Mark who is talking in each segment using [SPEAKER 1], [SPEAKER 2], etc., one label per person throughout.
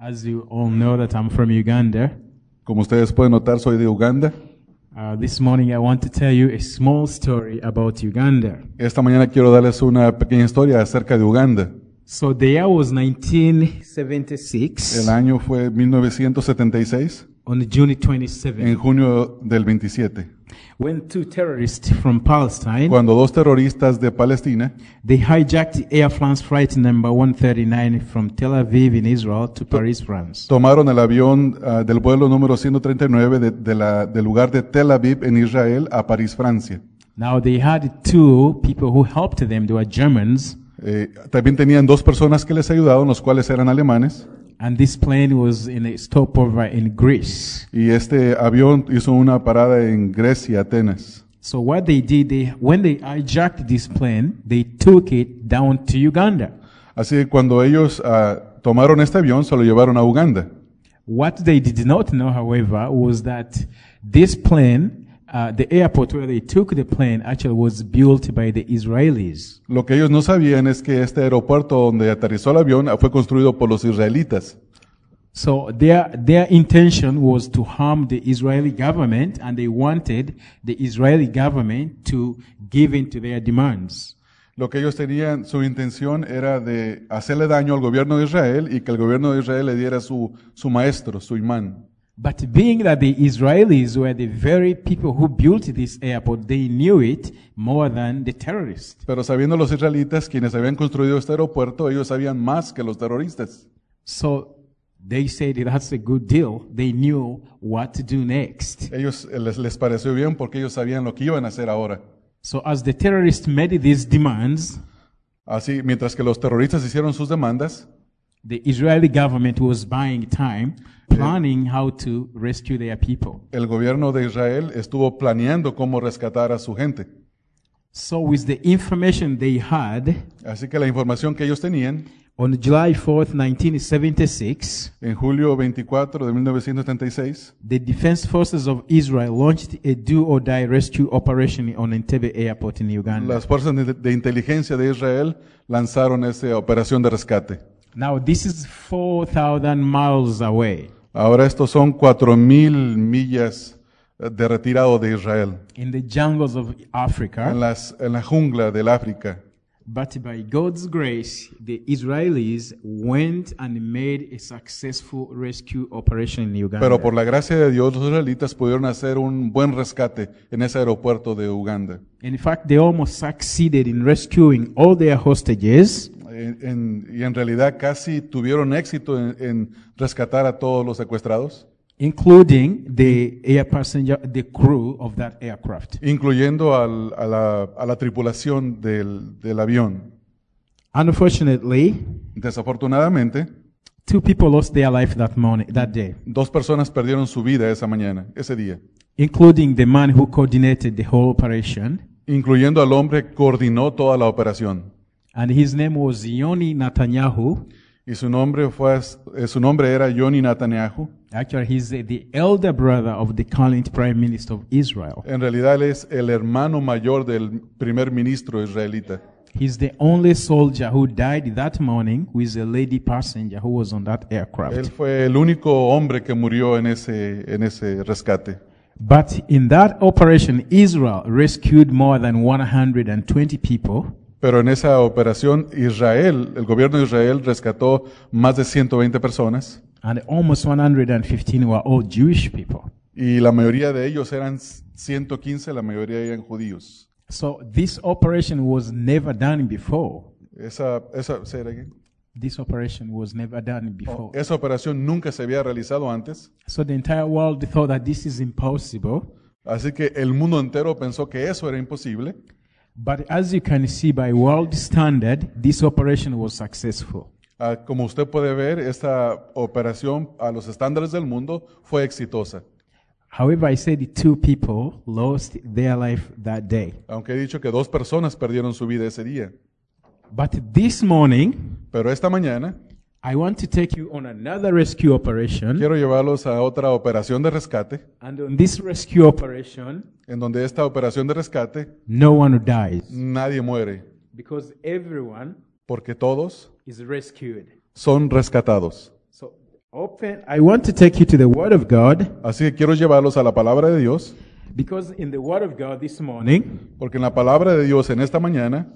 [SPEAKER 1] As you all know that I'm from Uganda,
[SPEAKER 2] Como ustedes pueden notar, soy de Uganda.
[SPEAKER 1] uh, this morning I want to tell you a small story about Uganda.
[SPEAKER 2] Esta mañana quiero darles una pequeña historia acerca de Uganda.
[SPEAKER 1] So the year was 1976
[SPEAKER 2] El año fue 1976,
[SPEAKER 1] on June 27
[SPEAKER 2] en junio del 27,
[SPEAKER 1] when two terrorists from Palestine
[SPEAKER 2] cuando dos terroristas de Palestina
[SPEAKER 1] they hijacked Air France flight number 139 from Tel Aviv in Israel to Paris, France.
[SPEAKER 2] tomaron el avión ah, del vuelo número 139 de- de la- del lugar de Tel Aviv en Israel a París, Francia.
[SPEAKER 1] Now they had two people who helped them. They were Germans,
[SPEAKER 2] Eh, también tenían dos personas que les ayudaron, los cuales eran alemanes,
[SPEAKER 1] and this plane was in a stopover in Greece.
[SPEAKER 2] y este avión hizo una parada en Grecia, Atenas.
[SPEAKER 1] So what they did, they when they hijacked this plane, they took it down to Uganda.
[SPEAKER 2] Así que cuando ellos ah, tomaron este avión, se lo llevaron a Uganda.
[SPEAKER 1] What they did not know, however, was that this plane, uh, the airport where they took the plane, actually was built by the Israelis.
[SPEAKER 2] Lo que ellos no sabían es que este aeropuerto donde aterrizó el avión ah, fue construido por los israelitas.
[SPEAKER 1] So their their intention was to harm the Israeli government, and they wanted the Israeli government to give in to their demands.
[SPEAKER 2] Lo que ellos tenían, su intención era de hacerle daño al gobierno de Israel y que el gobierno de Israel le diera su, su maestro, su imán.
[SPEAKER 1] But being that the Israelis were the very people who built this airport, they knew it more than the terrorists.
[SPEAKER 2] Pero sabiendo los israelitas, quienes habían construido este aeropuerto, ellos sabían más que los terroristas.
[SPEAKER 1] So they said that's a good deal. They knew what to do next.
[SPEAKER 2] Ellos eh, les, les pareció bien porque ellos sabían lo que iban a hacer ahora.
[SPEAKER 1] So as the terrorists made these demands,
[SPEAKER 2] Así, mientras que los terroristas hicieron sus demandas,
[SPEAKER 1] the Israeli government was buying time, planning how to rescue their people.
[SPEAKER 2] el gobierno de Israel estuvo planeando cómo rescatar a su gente.
[SPEAKER 1] So with the information they had,
[SPEAKER 2] Así que la información que ellos tenían
[SPEAKER 1] on July 4th, 1976,
[SPEAKER 2] En julio 24 de 1976,
[SPEAKER 1] the Defense Forces of Israel launched a do or die rescue operation on Entebbe Airport in Uganda.
[SPEAKER 2] las fuerzas de, de inteligencia de Israel lanzaron esa operación de rescate.
[SPEAKER 1] Now this is 4,000 miles away.
[SPEAKER 2] Ahora estos son 4000 millas eh, de retirado de Israel
[SPEAKER 1] in the jungles of Africa,
[SPEAKER 2] en las en la jungla del África.
[SPEAKER 1] but by God's grace, the Israelis went and made a successful rescue operation in Uganda.
[SPEAKER 2] Pero por la gracia de Dios los israelitas pudieron hacer un buen rescate en ese aeropuerto de Uganda.
[SPEAKER 1] in fact, they almost succeeded in rescuing all their hostages,
[SPEAKER 2] En- en- y en realidad casi tuvieron éxito en- en rescatar a todos los secuestrados,
[SPEAKER 1] including the air passenger, the crew of that aircraft.
[SPEAKER 2] incluyendo al- a, la, a la tripulación del- del avión.
[SPEAKER 1] Unfortunately,
[SPEAKER 2] Desafortunadamente,
[SPEAKER 1] two people lost their life that morning, that day,
[SPEAKER 2] dos personas perdieron su vida esa mañana, ese día,
[SPEAKER 1] including the man who coordinated the whole operation,
[SPEAKER 2] incluyendo al hombre que coordinó toda la operación.
[SPEAKER 1] and his name was Yoni Netanyahu.
[SPEAKER 2] Y su nombre fue eh, su nombre era Yoni Netanyahu.
[SPEAKER 1] Actually, he's the, the elder brother of the current prime minister of Israel.
[SPEAKER 2] En realidad él es el hermano mayor del primer ministro israelita.
[SPEAKER 1] He's the only soldier who died that morning with a lady passenger who was on that aircraft.
[SPEAKER 2] Él fue el único hombre que murió en ese en ese rescate.
[SPEAKER 1] But in that operation, Israel rescued more than 120 people,
[SPEAKER 2] Pero en esa operación Israel, el gobierno de Israel rescató más de 120 personas
[SPEAKER 1] and almost 115 were all Jewish people.
[SPEAKER 2] y la mayoría de ellos eran 115, la mayoría eran judíos.
[SPEAKER 1] So this operation was never done before.
[SPEAKER 2] Esa, esa, say it again.
[SPEAKER 1] This operation was never done before.
[SPEAKER 2] Esa operación nunca se había realizado antes,
[SPEAKER 1] So the entire world thought that this is impossible.
[SPEAKER 2] así que el mundo entero pensó que eso era imposible,
[SPEAKER 1] But as you can see by world standard, this operation was successful.
[SPEAKER 2] Ah, como usted puede ver, esta operación a los estándares del mundo fue exitosa.
[SPEAKER 1] However, I said two people lost their life that day.
[SPEAKER 2] Aunque he dicho que dos personas perdieron su vida ese día.
[SPEAKER 1] But this morning,
[SPEAKER 2] Pero esta mañana
[SPEAKER 1] I want to take you on another rescue operation.
[SPEAKER 2] quiero llevarlos a otra operación de rescate,
[SPEAKER 1] And on this rescue operation,
[SPEAKER 2] en donde esta operación de rescate
[SPEAKER 1] no one dies
[SPEAKER 2] nadie muere,
[SPEAKER 1] because everyone
[SPEAKER 2] porque todos
[SPEAKER 1] is rescued.
[SPEAKER 2] son rescatados.
[SPEAKER 1] So Open. I want to take you to the Word of God
[SPEAKER 2] Así que quiero llevarlos a la palabra de Dios,
[SPEAKER 1] because in the Word of God this morning,
[SPEAKER 2] porque en la palabra de Dios en esta mañana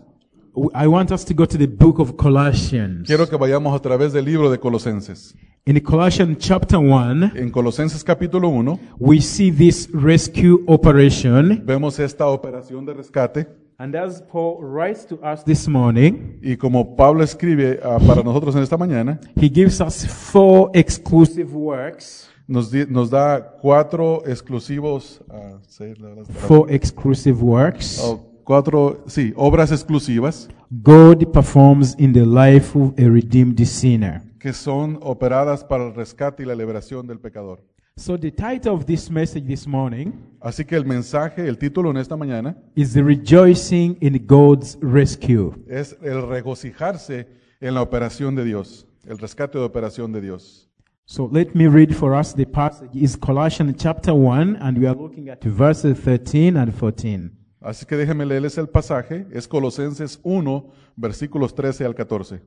[SPEAKER 1] w- I want us to go to the book of Colossians.
[SPEAKER 2] quiero que vayamos a través del libro de Colosenses.
[SPEAKER 1] In Colossians chapter 1,
[SPEAKER 2] En Colosenses capítulo 1
[SPEAKER 1] we see this rescue operation.
[SPEAKER 2] vemos esta operación de rescate
[SPEAKER 1] And as Paul writes to us this morning,
[SPEAKER 2] y como Pablo escribe ah, para nosotros en esta mañana,
[SPEAKER 1] he gives us four exclusive works.
[SPEAKER 2] nos, di- nos da cuatro exclusivos, ah, sí, la verdad está-
[SPEAKER 1] Four exclusive works
[SPEAKER 2] oh, cuatro, sí, obras exclusivas
[SPEAKER 1] God performs in the life of a redeemed sinner.
[SPEAKER 2] que son operadas para el rescate y la liberación del pecador.
[SPEAKER 1] So the title of this message this morning
[SPEAKER 2] Así que el mensaje, el título en esta mañana
[SPEAKER 1] is the rejoicing in God's rescue.
[SPEAKER 2] es el regocijarse en la operación de Dios, el rescate de operación de Dios.
[SPEAKER 1] So let me read for us the passage is Colossians chapter 1 and we are looking at verses 13 and 14.
[SPEAKER 2] Así que déjenme leerles el pasaje, es Colosenses 1, versículos 13 al 14.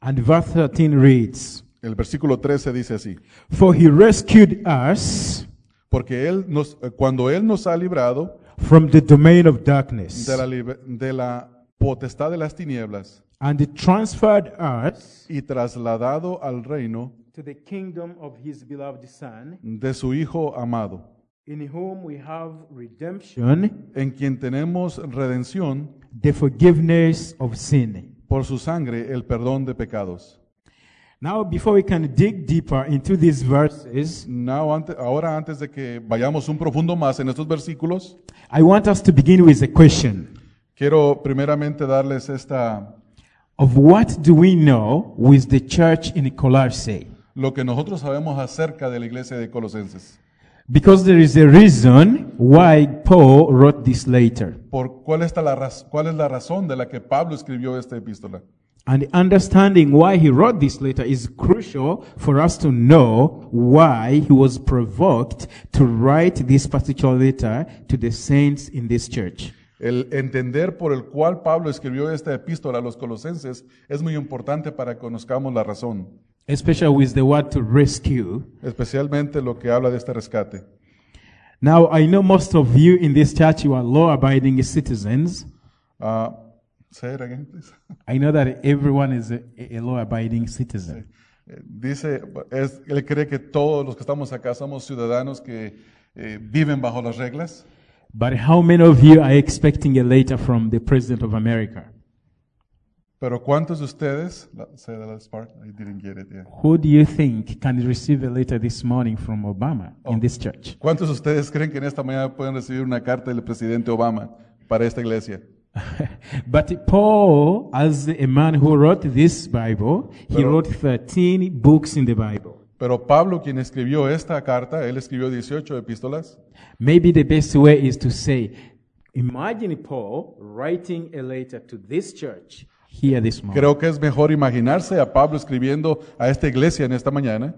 [SPEAKER 1] And verse 13 reads,
[SPEAKER 2] El versículo 13 dice así:
[SPEAKER 1] For he rescued us
[SPEAKER 2] Porque él nos, eh, cuando él nos ha librado
[SPEAKER 1] from the domain of darkness
[SPEAKER 2] de la, libe- de la potestad de las tinieblas
[SPEAKER 1] and transferred us
[SPEAKER 2] y trasladado al reino
[SPEAKER 1] to the kingdom of his beloved Son,
[SPEAKER 2] de su Hijo amado,
[SPEAKER 1] in whom we have redemption,
[SPEAKER 2] en quien tenemos redención
[SPEAKER 1] the forgiveness of sin.
[SPEAKER 2] por su sangre, el perdón de pecados.
[SPEAKER 1] Now, before we can dig deeper into these verses,
[SPEAKER 2] Now, ante- ahora antes de que vayamos un profundo más en estos versículos,
[SPEAKER 1] I want us to begin with a question
[SPEAKER 2] quiero primeramente darles esta
[SPEAKER 1] of what do we know with the church in Colossae?
[SPEAKER 2] lo que nosotros sabemos acerca de la iglesia de Colosenses.
[SPEAKER 1] Because there is a reason why Paul wrote this later.
[SPEAKER 2] Por cuál, está la raz- ¿Cuál es la razón de la que Pablo escribió esta epístola?
[SPEAKER 1] And understanding why he wrote this letter is crucial for us to know why he was provoked to write this particular letter to the saints in this church.
[SPEAKER 2] El entender por el cual Pablo escribió esta epístola a los colosenses es muy importante para que conozcamos la razón,
[SPEAKER 1] Especially with the word to rescue.
[SPEAKER 2] especialmente lo que habla de este rescate.
[SPEAKER 1] Now, I know most of you in this church, you are law abiding citizens.
[SPEAKER 2] Ah, say it again, please.
[SPEAKER 1] I know that everyone is a, a law abiding citizen.
[SPEAKER 2] Eh, Dice, es- él cree que todos los que estamos acá somos ciudadanos que eh, viven bajo las reglas,
[SPEAKER 1] But how many of you are expecting a letter from the President of America?
[SPEAKER 2] pero ¿cuántos de ustedes? la- Say the last part, I didn't get it, yeah.
[SPEAKER 1] Who do you think can receive a letter this morning from Obama in this church?
[SPEAKER 2] ¿Cuántos de ustedes creen que en esta mañana pueden recibir una carta del presidente Obama para esta iglesia?
[SPEAKER 1] but Paul, as a man who wrote this Bible, he
[SPEAKER 2] Pero-
[SPEAKER 1] wrote 13 books in the Bible.
[SPEAKER 2] Pero Pablo, quien escribió esta carta, él escribió 18 epístolas.
[SPEAKER 1] Maybe the best way is to say, imagine Paul writing a letter to this church here this morning.
[SPEAKER 2] Creo que es mejor imaginarse a Pablo escribiendo a esta iglesia en esta mañana.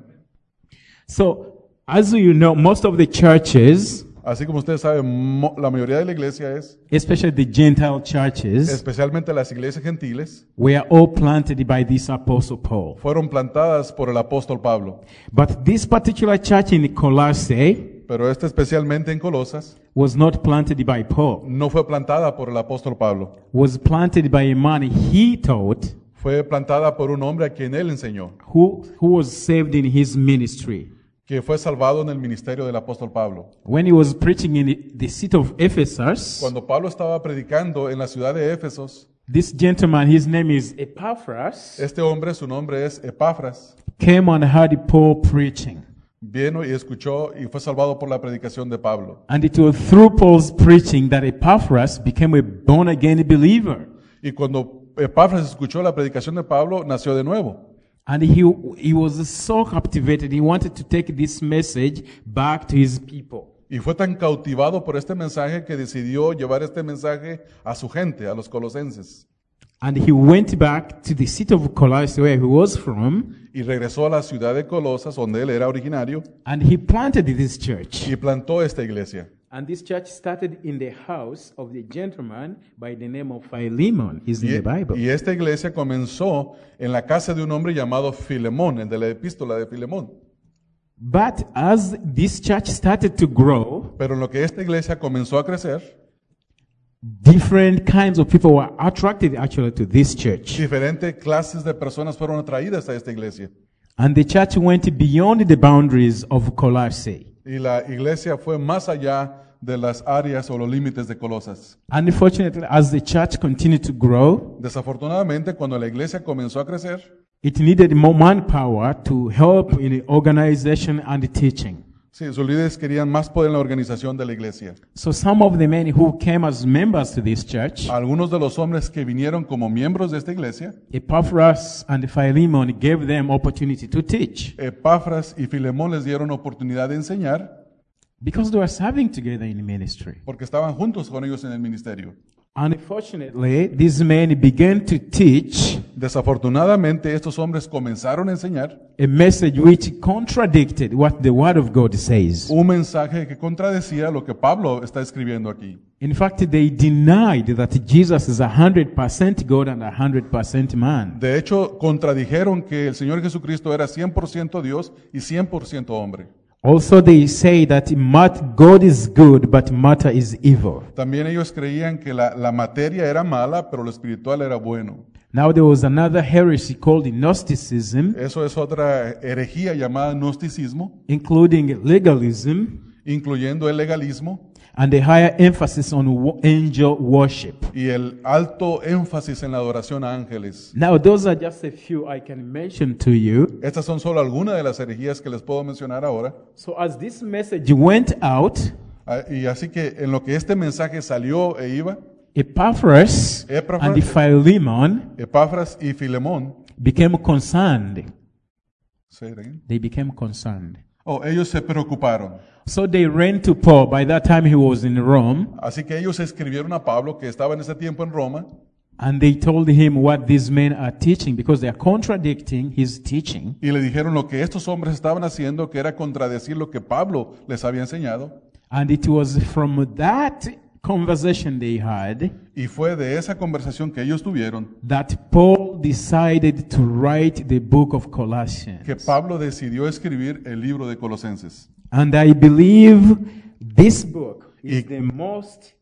[SPEAKER 1] So, as you know, most of the churches,
[SPEAKER 2] Así como ustedes saben, mo- la mayoría de la iglesia es,
[SPEAKER 1] especially the Gentile churches,
[SPEAKER 2] especialmente las iglesias gentiles,
[SPEAKER 1] were all planted by this apostle Paul.
[SPEAKER 2] fueron plantadas por el apóstol Pablo.
[SPEAKER 1] But this particular church in Colossae
[SPEAKER 2] Pero esta especialmente en Colosas
[SPEAKER 1] was not planted by Paul.
[SPEAKER 2] no fue plantada por el apóstol Pablo.
[SPEAKER 1] was planted by a man he taught
[SPEAKER 2] Fue plantada por un hombre a quien él enseñó,
[SPEAKER 1] who, who was saved in his ministry.
[SPEAKER 2] que fue salvado en el ministerio del apóstol Pablo.
[SPEAKER 1] When he was preaching in the city of Ephesus,
[SPEAKER 2] Cuando Pablo estaba predicando en la ciudad de Éfesos,
[SPEAKER 1] this gentleman, his name is Epaphras,
[SPEAKER 2] este hombre, su nombre es Epafras,
[SPEAKER 1] came and heard Paul preaching.
[SPEAKER 2] vino y escuchó y fue salvado por la predicación de Pablo.
[SPEAKER 1] And it was through Paul's preaching that Epaphras became a born again believer.
[SPEAKER 2] Y cuando Epafras escuchó la predicación de Pablo, nació de nuevo.
[SPEAKER 1] And he, he was so captivated, he wanted to take this message back to his people.
[SPEAKER 2] Y fue tan cautivado por este mensaje que decidió llevar este mensaje a su gente, a los colosenses.
[SPEAKER 1] And he went back to the city of Colossae where he was from,
[SPEAKER 2] Y regresó a la ciudad de Colosas, donde él era originario,
[SPEAKER 1] And he planted this church.
[SPEAKER 2] y plantó esta iglesia.
[SPEAKER 1] And this church started in the house of the gentleman by the name of Philemon. He's in
[SPEAKER 2] Y,
[SPEAKER 1] the Bible.
[SPEAKER 2] y esta iglesia comenzó en la casa de un hombre llamado Filemón, el de la epístola de Filemón.
[SPEAKER 1] But as this church started to grow,
[SPEAKER 2] Pero en lo que esta iglesia comenzó a crecer,
[SPEAKER 1] different kinds of people were attracted actually to this church.
[SPEAKER 2] diferentes clases de personas fueron atraídas a esta iglesia.
[SPEAKER 1] And the church went beyond the boundaries of Colossae.
[SPEAKER 2] Y la iglesia fue más allá de las áreas o los límites de Colosas.
[SPEAKER 1] Unfortunately, as the church continued to grow,
[SPEAKER 2] Desafortunadamente, cuando la iglesia comenzó a crecer,
[SPEAKER 1] it needed more manpower to help in the organization and the teaching.
[SPEAKER 2] sí, sus líderes querían más poder en la organización de la iglesia.
[SPEAKER 1] So some of the men who came as members to this church,
[SPEAKER 2] Algunos de los hombres que vinieron como miembros de esta iglesia,
[SPEAKER 1] Epaphras and Philemon gave them opportunity to teach
[SPEAKER 2] Epafras y Filemón les dieron oportunidad de enseñar
[SPEAKER 1] because they were serving together in ministry.
[SPEAKER 2] porque estaban juntos con ellos en el ministerio.
[SPEAKER 1] Unfortunately, these men began to teach
[SPEAKER 2] Desafortunadamente, estos hombres comenzaron a enseñar
[SPEAKER 1] a message which contradicted what the Word of God says.
[SPEAKER 2] un mensaje que contradecía lo que Pablo está escribiendo aquí.
[SPEAKER 1] In fact, they denied that Jesus is 100% God and 100% man.
[SPEAKER 2] De hecho, contradijeron que el Señor Jesucristo era 100% Dios y 100% hombre.
[SPEAKER 1] Also, they say that mat- God is good, but matter is evil.
[SPEAKER 2] También ellos creían que la, la materia era mala, pero lo espiritual era bueno.
[SPEAKER 1] Now, there was another heresy called Gnosticism,
[SPEAKER 2] Eso es otra herejía llamada gnosticismo,
[SPEAKER 1] including legalism,
[SPEAKER 2] incluyendo el legalismo
[SPEAKER 1] and a higher emphasis on wo- angel worship.
[SPEAKER 2] y el alto énfasis en la adoración a ángeles.
[SPEAKER 1] Now, those are just a few I can mention to you.
[SPEAKER 2] Estas son solo algunas de las herejías que les puedo mencionar ahora.
[SPEAKER 1] So, as this message went out,
[SPEAKER 2] Ah, Y así que en lo que este mensaje salió e iba,
[SPEAKER 1] Epaphras
[SPEAKER 2] Epaphras.
[SPEAKER 1] and Philemon
[SPEAKER 2] Epafras y Filemón,
[SPEAKER 1] became concerned.
[SPEAKER 2] say it again.
[SPEAKER 1] They became concerned.
[SPEAKER 2] Oh, ellos se preocuparon.
[SPEAKER 1] So they ran to Paul. By that time, he was in Rome,
[SPEAKER 2] Así que ellos escribieron a Pablo, que estaba en ese tiempo en Roma,
[SPEAKER 1] and they told him what these men are teaching because they are contradicting his teaching.
[SPEAKER 2] y le dijeron lo que estos hombres estaban haciendo, que era contradecir lo que Pablo les había enseñado.
[SPEAKER 1] And it was from that conversation they had
[SPEAKER 2] Y fue de esa conversación que ellos tuvieron
[SPEAKER 1] that Paul decided to write the book of Colossians.
[SPEAKER 2] que Pablo decidió escribir el libro de Colosenses.
[SPEAKER 1] And I believe this book is
[SPEAKER 2] Y-
[SPEAKER 1] the most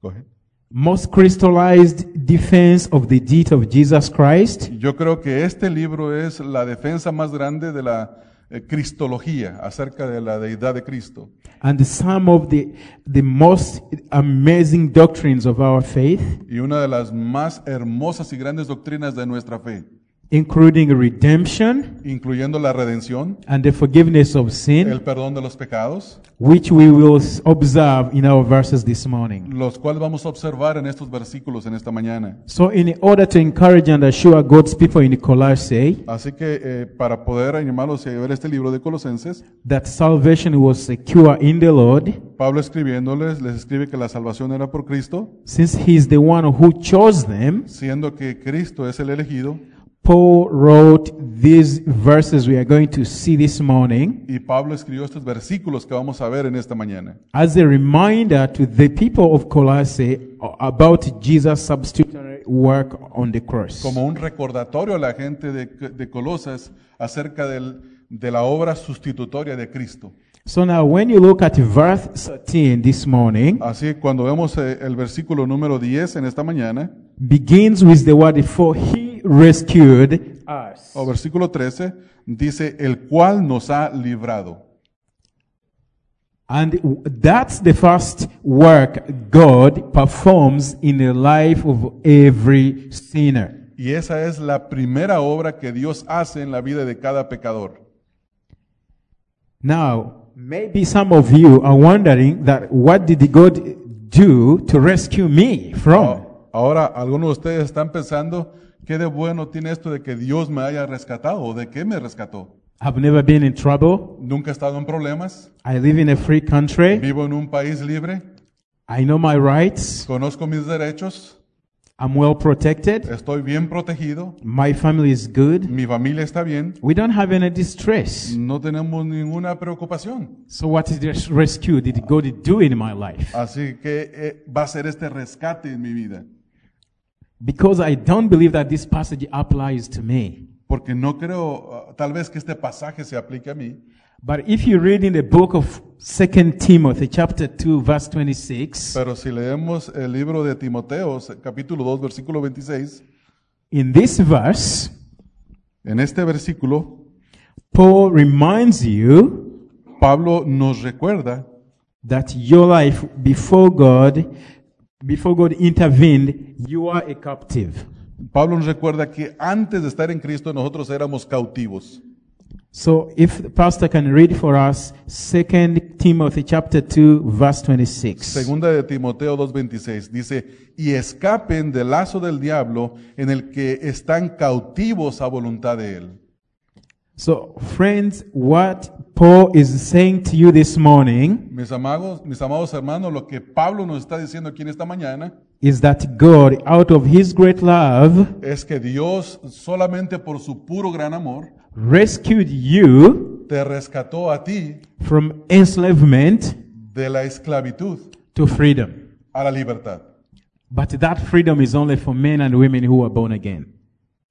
[SPEAKER 2] Coge.
[SPEAKER 1] most crystallized defense of the deed of Jesus Christ
[SPEAKER 2] Yo creo que este libro es la defensa más grande de la eh, cristología acerca de la deidad de Cristo
[SPEAKER 1] and some of the the most amazing doctrines of our faith,
[SPEAKER 2] y una de las más hermosas y grandes doctrinas de nuestra fe,
[SPEAKER 1] including redemption
[SPEAKER 2] incluyendo la redención,
[SPEAKER 1] and the forgiveness of sin,
[SPEAKER 2] el perdón de los pecados,
[SPEAKER 1] which we will s- observe in our verses this morning.
[SPEAKER 2] los cuales vamos a observar en estos versículos en esta mañana.
[SPEAKER 1] So, in order to encourage and assure God's people in Colossae
[SPEAKER 2] Así que eh, para poder animarlos a ver este libro de Colosenses,
[SPEAKER 1] that salvation was secure in the Lord,
[SPEAKER 2] Pablo escribiéndoles les escribe que la salvación era por Cristo,
[SPEAKER 1] since He is the one who chose them,
[SPEAKER 2] siendo que Cristo es el elegido,
[SPEAKER 1] Paul wrote these verses we are going to see this morning
[SPEAKER 2] y Pablo escribió estos versículos que vamos a ver en esta mañana,
[SPEAKER 1] as a reminder to the people of Colossae about Jesus' substitutionary work on the cross.
[SPEAKER 2] como un recordatorio a la gente de, de Colosas acerca del- de la obra sustitutoria de Cristo.
[SPEAKER 1] So now, when you look at verse 13 this morning,
[SPEAKER 2] Así que cuando vemos eh, el versículo número 10 en esta mañana,
[SPEAKER 1] begins with the word "for He rescued us."
[SPEAKER 2] o versículo 13, dice, el cual nos ha librado.
[SPEAKER 1] And w- that's the first work God performs in the life of every sinner.
[SPEAKER 2] Y esa es la primera obra que Dios hace en la vida de cada pecador.
[SPEAKER 1] Now, maybe some of you are wondering that what did God do to rescue me from?
[SPEAKER 2] Ahora, algunos de ustedes están pensando, ¿qué de bueno tiene esto de que Dios me haya rescatado? ¿O de qué me rescató?
[SPEAKER 1] I've never been in trouble.
[SPEAKER 2] Nunca he estado en problemas,
[SPEAKER 1] I live in a free country.
[SPEAKER 2] vivo en un país libre,
[SPEAKER 1] I know my rights.
[SPEAKER 2] conozco mis derechos,
[SPEAKER 1] I'm well protected.
[SPEAKER 2] estoy bien protegido,
[SPEAKER 1] My family is good.
[SPEAKER 2] mi familia está bien,
[SPEAKER 1] We don't have any distress.
[SPEAKER 2] no tenemos ninguna preocupación.
[SPEAKER 1] So what is this rescue did God do in my life?
[SPEAKER 2] Así que eh, va a ser este rescate en mi vida.
[SPEAKER 1] Because I don't believe that this passage applies to me.
[SPEAKER 2] porque no creo, ah, tal vez que este pasaje se aplique a mí,
[SPEAKER 1] But if you read in the book of 2 Timothy chapter 2 verse 26,
[SPEAKER 2] pero si leemos el libro de Timoteo, se- capítulo 2, versículo 26,
[SPEAKER 1] in this verse,
[SPEAKER 2] en este versículo,
[SPEAKER 1] Paul reminds you
[SPEAKER 2] Pablo nos recuerda
[SPEAKER 1] that your life before God, before God intervened, you are a captive.
[SPEAKER 2] Pablo nos recuerda que antes de estar en Cristo nosotros éramos cautivos.
[SPEAKER 1] So if the pastor can read for us 2 Timothy chapter 2 verse 26.
[SPEAKER 2] Segunda de Timoteo 2:26 dice, "Y escapen del lazo del diablo en el que están cautivos a voluntad de él."
[SPEAKER 1] So friends, what Paul is saying to you this morning
[SPEAKER 2] Mis amados, mis amados hermanos, lo que Pablo nos está diciendo aquí en esta mañana
[SPEAKER 1] is that God, out of his great love,
[SPEAKER 2] es que Dios solamente por su puro gran amor
[SPEAKER 1] rescued you
[SPEAKER 2] te rescató a ti
[SPEAKER 1] from enslavement
[SPEAKER 2] de la esclavitud
[SPEAKER 1] to freedom.
[SPEAKER 2] a la libertad.
[SPEAKER 1] But that freedom is only for men and women who are born again.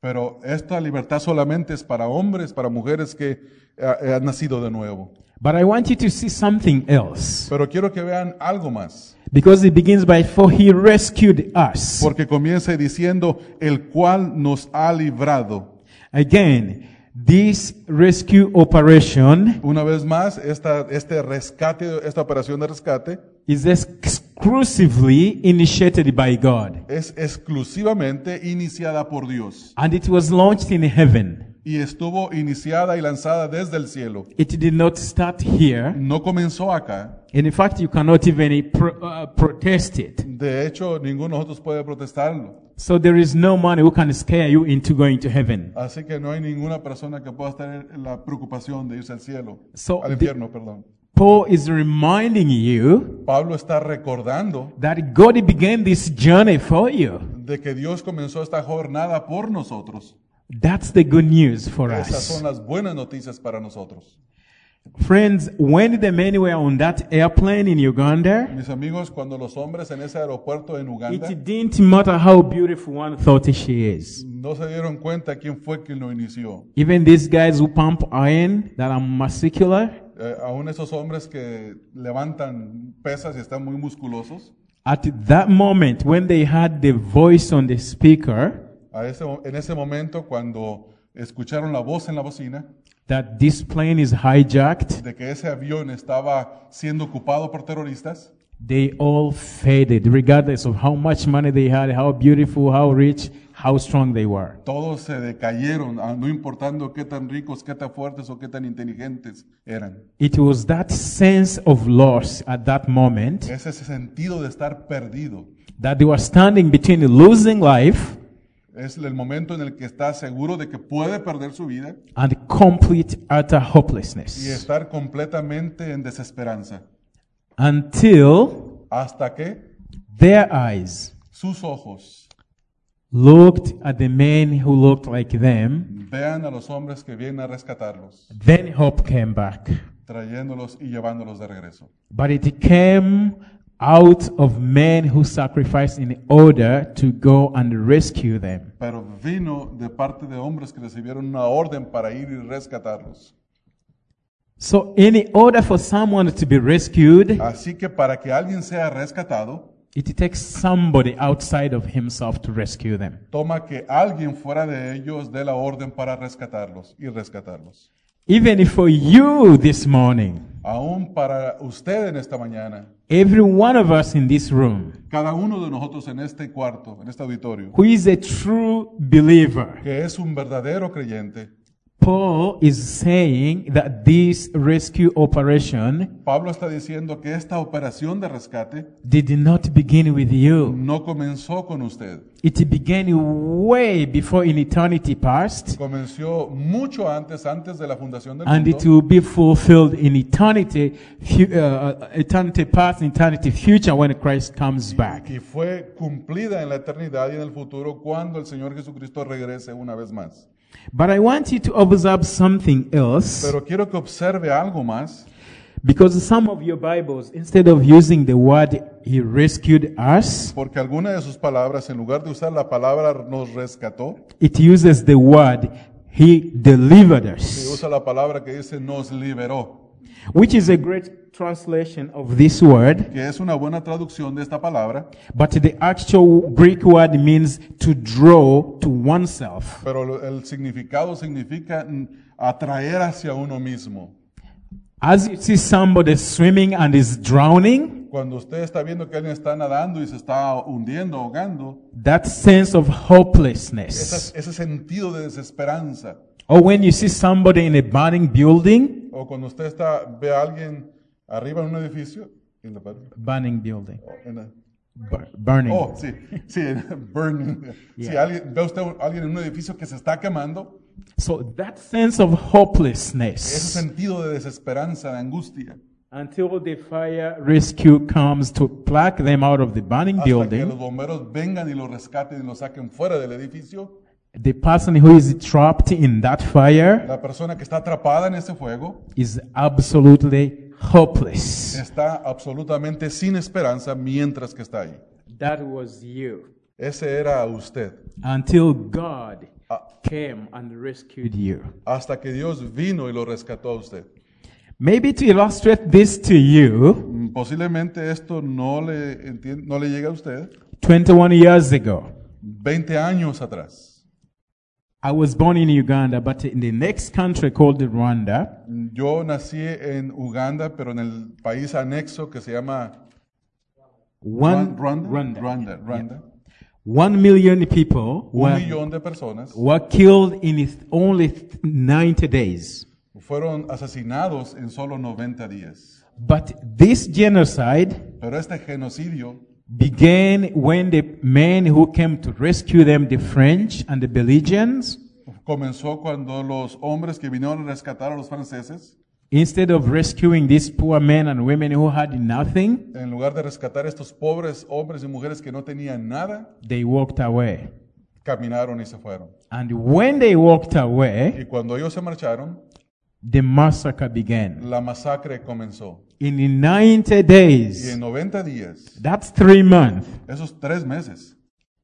[SPEAKER 2] Pero esta libertad solamente es para hombres, para mujeres que eh, han nacido de nuevo.
[SPEAKER 1] But I want you to see something else
[SPEAKER 2] Pero quiero que vean algo más,
[SPEAKER 1] because it begins by, for he rescued us.
[SPEAKER 2] porque comienza diciendo, el cual nos ha librado.
[SPEAKER 1] Again, this rescue operation
[SPEAKER 2] Una vez más, esta, este rescate, esta operación de rescate
[SPEAKER 1] is exclusively initiated by God
[SPEAKER 2] es exclusivamente iniciada por Dios
[SPEAKER 1] and it was launched in heaven.
[SPEAKER 2] y estuvo iniciada y lanzada desde el cielo.
[SPEAKER 1] It did not start here.
[SPEAKER 2] No comenzó acá.
[SPEAKER 1] And in fact, you cannot even pro- uh, protest it.
[SPEAKER 2] De hecho, ninguno de nosotros puede protestarlo.
[SPEAKER 1] So there is no man who can scare you into going to heaven.
[SPEAKER 2] Así que no hay ninguna persona que pueda estar en la preocupación de irse al cielo,
[SPEAKER 1] So
[SPEAKER 2] al
[SPEAKER 1] the-
[SPEAKER 2] infierno, perdón.
[SPEAKER 1] Paul is reminding you
[SPEAKER 2] Pablo está recordando
[SPEAKER 1] that God began this journey for you.
[SPEAKER 2] de que Dios comenzó esta jornada por nosotros.
[SPEAKER 1] That's the good news for
[SPEAKER 2] Esas
[SPEAKER 1] us.
[SPEAKER 2] son las buenas noticias para nosotros.
[SPEAKER 1] Friends, when the men were on that airplane in Uganda,
[SPEAKER 2] Mis amigos, cuando los hombres en ese aeropuerto en Uganda
[SPEAKER 1] it didn't matter how beautiful one thought she is.
[SPEAKER 2] no se dieron cuenta quién fue quien lo inició.
[SPEAKER 1] Even these guys who pump iron that are muscular,
[SPEAKER 2] Eh, aún esos hombres que levantan pesas y están muy musculosos,
[SPEAKER 1] at that moment when they heard the voice on the speaker
[SPEAKER 2] a ese mo- en ese momento cuando escucharon la voz en la bocina
[SPEAKER 1] that this plane is hijacked,
[SPEAKER 2] de que ese avión estaba siendo ocupado por terroristas,
[SPEAKER 1] they all faded, regardless of how much money they had, how beautiful, how rich, how strong they were.
[SPEAKER 2] todos se decayeron, ah, no importando qué tan ricos, qué tan fuertes o qué tan inteligentes eran.
[SPEAKER 1] It was that sense of loss at that moment
[SPEAKER 2] Es ese sentido de estar perdido.
[SPEAKER 1] that they were standing between losing life
[SPEAKER 2] Es el momento en el que está seguro de que puede perder su vida
[SPEAKER 1] and complete utter
[SPEAKER 2] y
[SPEAKER 1] hopelessness
[SPEAKER 2] estar completamente en desesperanza.
[SPEAKER 1] until
[SPEAKER 2] Hasta que
[SPEAKER 1] their eyes
[SPEAKER 2] sus ojos
[SPEAKER 1] looked at the men who looked like them.
[SPEAKER 2] vean a los hombres que vienen a rescatarlos,
[SPEAKER 1] Then hope came back.
[SPEAKER 2] trayéndolos y llevándolos de regreso.
[SPEAKER 1] But it came out of men who sacrificed in order to go and rescue them.
[SPEAKER 2] Pero vino de parte de hombres que recibieron una orden para ir y rescatarlos.
[SPEAKER 1] So, in order for someone to be rescued,
[SPEAKER 2] Así que para que alguien sea rescatado,
[SPEAKER 1] it takes somebody outside of himself to rescue them.
[SPEAKER 2] toma que alguien fuera de ellos dé la orden para rescatarlos y rescatarlos.
[SPEAKER 1] Even for you this morning,
[SPEAKER 2] Aún para usted en esta mañana,
[SPEAKER 1] every one of us in this room
[SPEAKER 2] cada uno de nosotros en este cuarto, en este auditorio,
[SPEAKER 1] who is a true believer,
[SPEAKER 2] que es un verdadero creyente,
[SPEAKER 1] Paul is saying that this rescue operation
[SPEAKER 2] Pablo está diciendo que esta operación de rescate
[SPEAKER 1] did not begin with you.
[SPEAKER 2] no comenzó con usted,
[SPEAKER 1] It began way before in eternity past,
[SPEAKER 2] comenzó mucho antes, antes de la fundación del
[SPEAKER 1] and it
[SPEAKER 2] mundo,
[SPEAKER 1] will be fulfilled in eternity, fu- uh, eternity past, eternity future when Christ comes back.
[SPEAKER 2] y fue cumplida en la eternidad y en el futuro cuando el Señor Jesucristo regrese una vez más.
[SPEAKER 1] But I want you to observe something else
[SPEAKER 2] Pero quiero que observe algo más,
[SPEAKER 1] because some of your Bibles, instead of using the word He rescued us,
[SPEAKER 2] porque alguna de sus palabras, en lugar de usar la palabra nos rescató,
[SPEAKER 1] it uses the word He delivered
[SPEAKER 2] Y
[SPEAKER 1] us,
[SPEAKER 2] usa la palabra que dice nos liberó,
[SPEAKER 1] which is a great translation of this word,
[SPEAKER 2] que es una buena traducción de esta palabra,
[SPEAKER 1] but the actual Greek word means to draw to oneself.
[SPEAKER 2] pero lo- el significado significa mm, atraer hacia uno mismo.
[SPEAKER 1] As you see somebody swimming and is drowning,
[SPEAKER 2] Cuando usted está viendo que alguien está nadando y se está hundiendo, ahogando,
[SPEAKER 1] that sense of hopelessness.
[SPEAKER 2] esa- ese sentido de desesperanza,
[SPEAKER 1] Or when you see somebody in a burning building,
[SPEAKER 2] o cuando usted está, ve a alguien arriba en un edificio, in the bed-
[SPEAKER 1] burning building,
[SPEAKER 2] en la-
[SPEAKER 1] bur- burning.
[SPEAKER 2] oh, sí, sí, burning. Si alguien, ve usted a alguien en un edificio que se está quemando,
[SPEAKER 1] So that sense of
[SPEAKER 2] ese
[SPEAKER 1] hopelessness
[SPEAKER 2] sentido de desesperanza, de angustia,
[SPEAKER 1] until the fire rescue comes to pluck them out of the burning
[SPEAKER 2] hasta que los
[SPEAKER 1] building,
[SPEAKER 2] bomberos vengan y lo rescaten y lo saquen fuera del edificio,
[SPEAKER 1] the person who is trapped in that fire
[SPEAKER 2] la persona que está atrapada en ese fuego
[SPEAKER 1] is absolutely hopeless.
[SPEAKER 2] está absolutamente sin esperanza mientras que está ahí.
[SPEAKER 1] That was you.
[SPEAKER 2] Ese era usted.
[SPEAKER 1] Until God
[SPEAKER 2] Ah.
[SPEAKER 1] came and rescued you.
[SPEAKER 2] hasta que Dios vino y lo rescató a usted.
[SPEAKER 1] Maybe to illustrate this to you,
[SPEAKER 2] Mm, Posiblemente esto no le, entien- no le llega a usted
[SPEAKER 1] 21 years ago,
[SPEAKER 2] 20 años atrás.
[SPEAKER 1] I was born in Uganda, but in the next country called Rwanda,
[SPEAKER 2] Mm, Yo nací en Uganda, pero en el país anexo que se llama
[SPEAKER 1] one,
[SPEAKER 2] Ruan- Ruanda.
[SPEAKER 1] Rwanda.
[SPEAKER 2] Ruanda, Ruanda.
[SPEAKER 1] one million people
[SPEAKER 2] Un
[SPEAKER 1] were,
[SPEAKER 2] millón de personas
[SPEAKER 1] were killed in th- only th- 90 days.
[SPEAKER 2] fueron asesinados en solo 90 días.
[SPEAKER 1] But this genocide
[SPEAKER 2] Pero este genocidio
[SPEAKER 1] began when the men who came to rescue them, the French and the Belgians,
[SPEAKER 2] comenzó cuando los hombres que vinieron a rescatar a los franceses,
[SPEAKER 1] instead of rescuing these poor men and women who had nothing,
[SPEAKER 2] en lugar de rescatar a estos pobres hombres y mujeres que no tenían nada,
[SPEAKER 1] they walked away.
[SPEAKER 2] caminaron y se fueron.
[SPEAKER 1] And when they walked away,
[SPEAKER 2] Y cuando ellos se marcharon,
[SPEAKER 1] the massacre began.
[SPEAKER 2] la masacre comenzó.
[SPEAKER 1] In 90
[SPEAKER 2] Y en
[SPEAKER 1] days,
[SPEAKER 2] 90 días,
[SPEAKER 1] that's three months,
[SPEAKER 2] esos tres meses,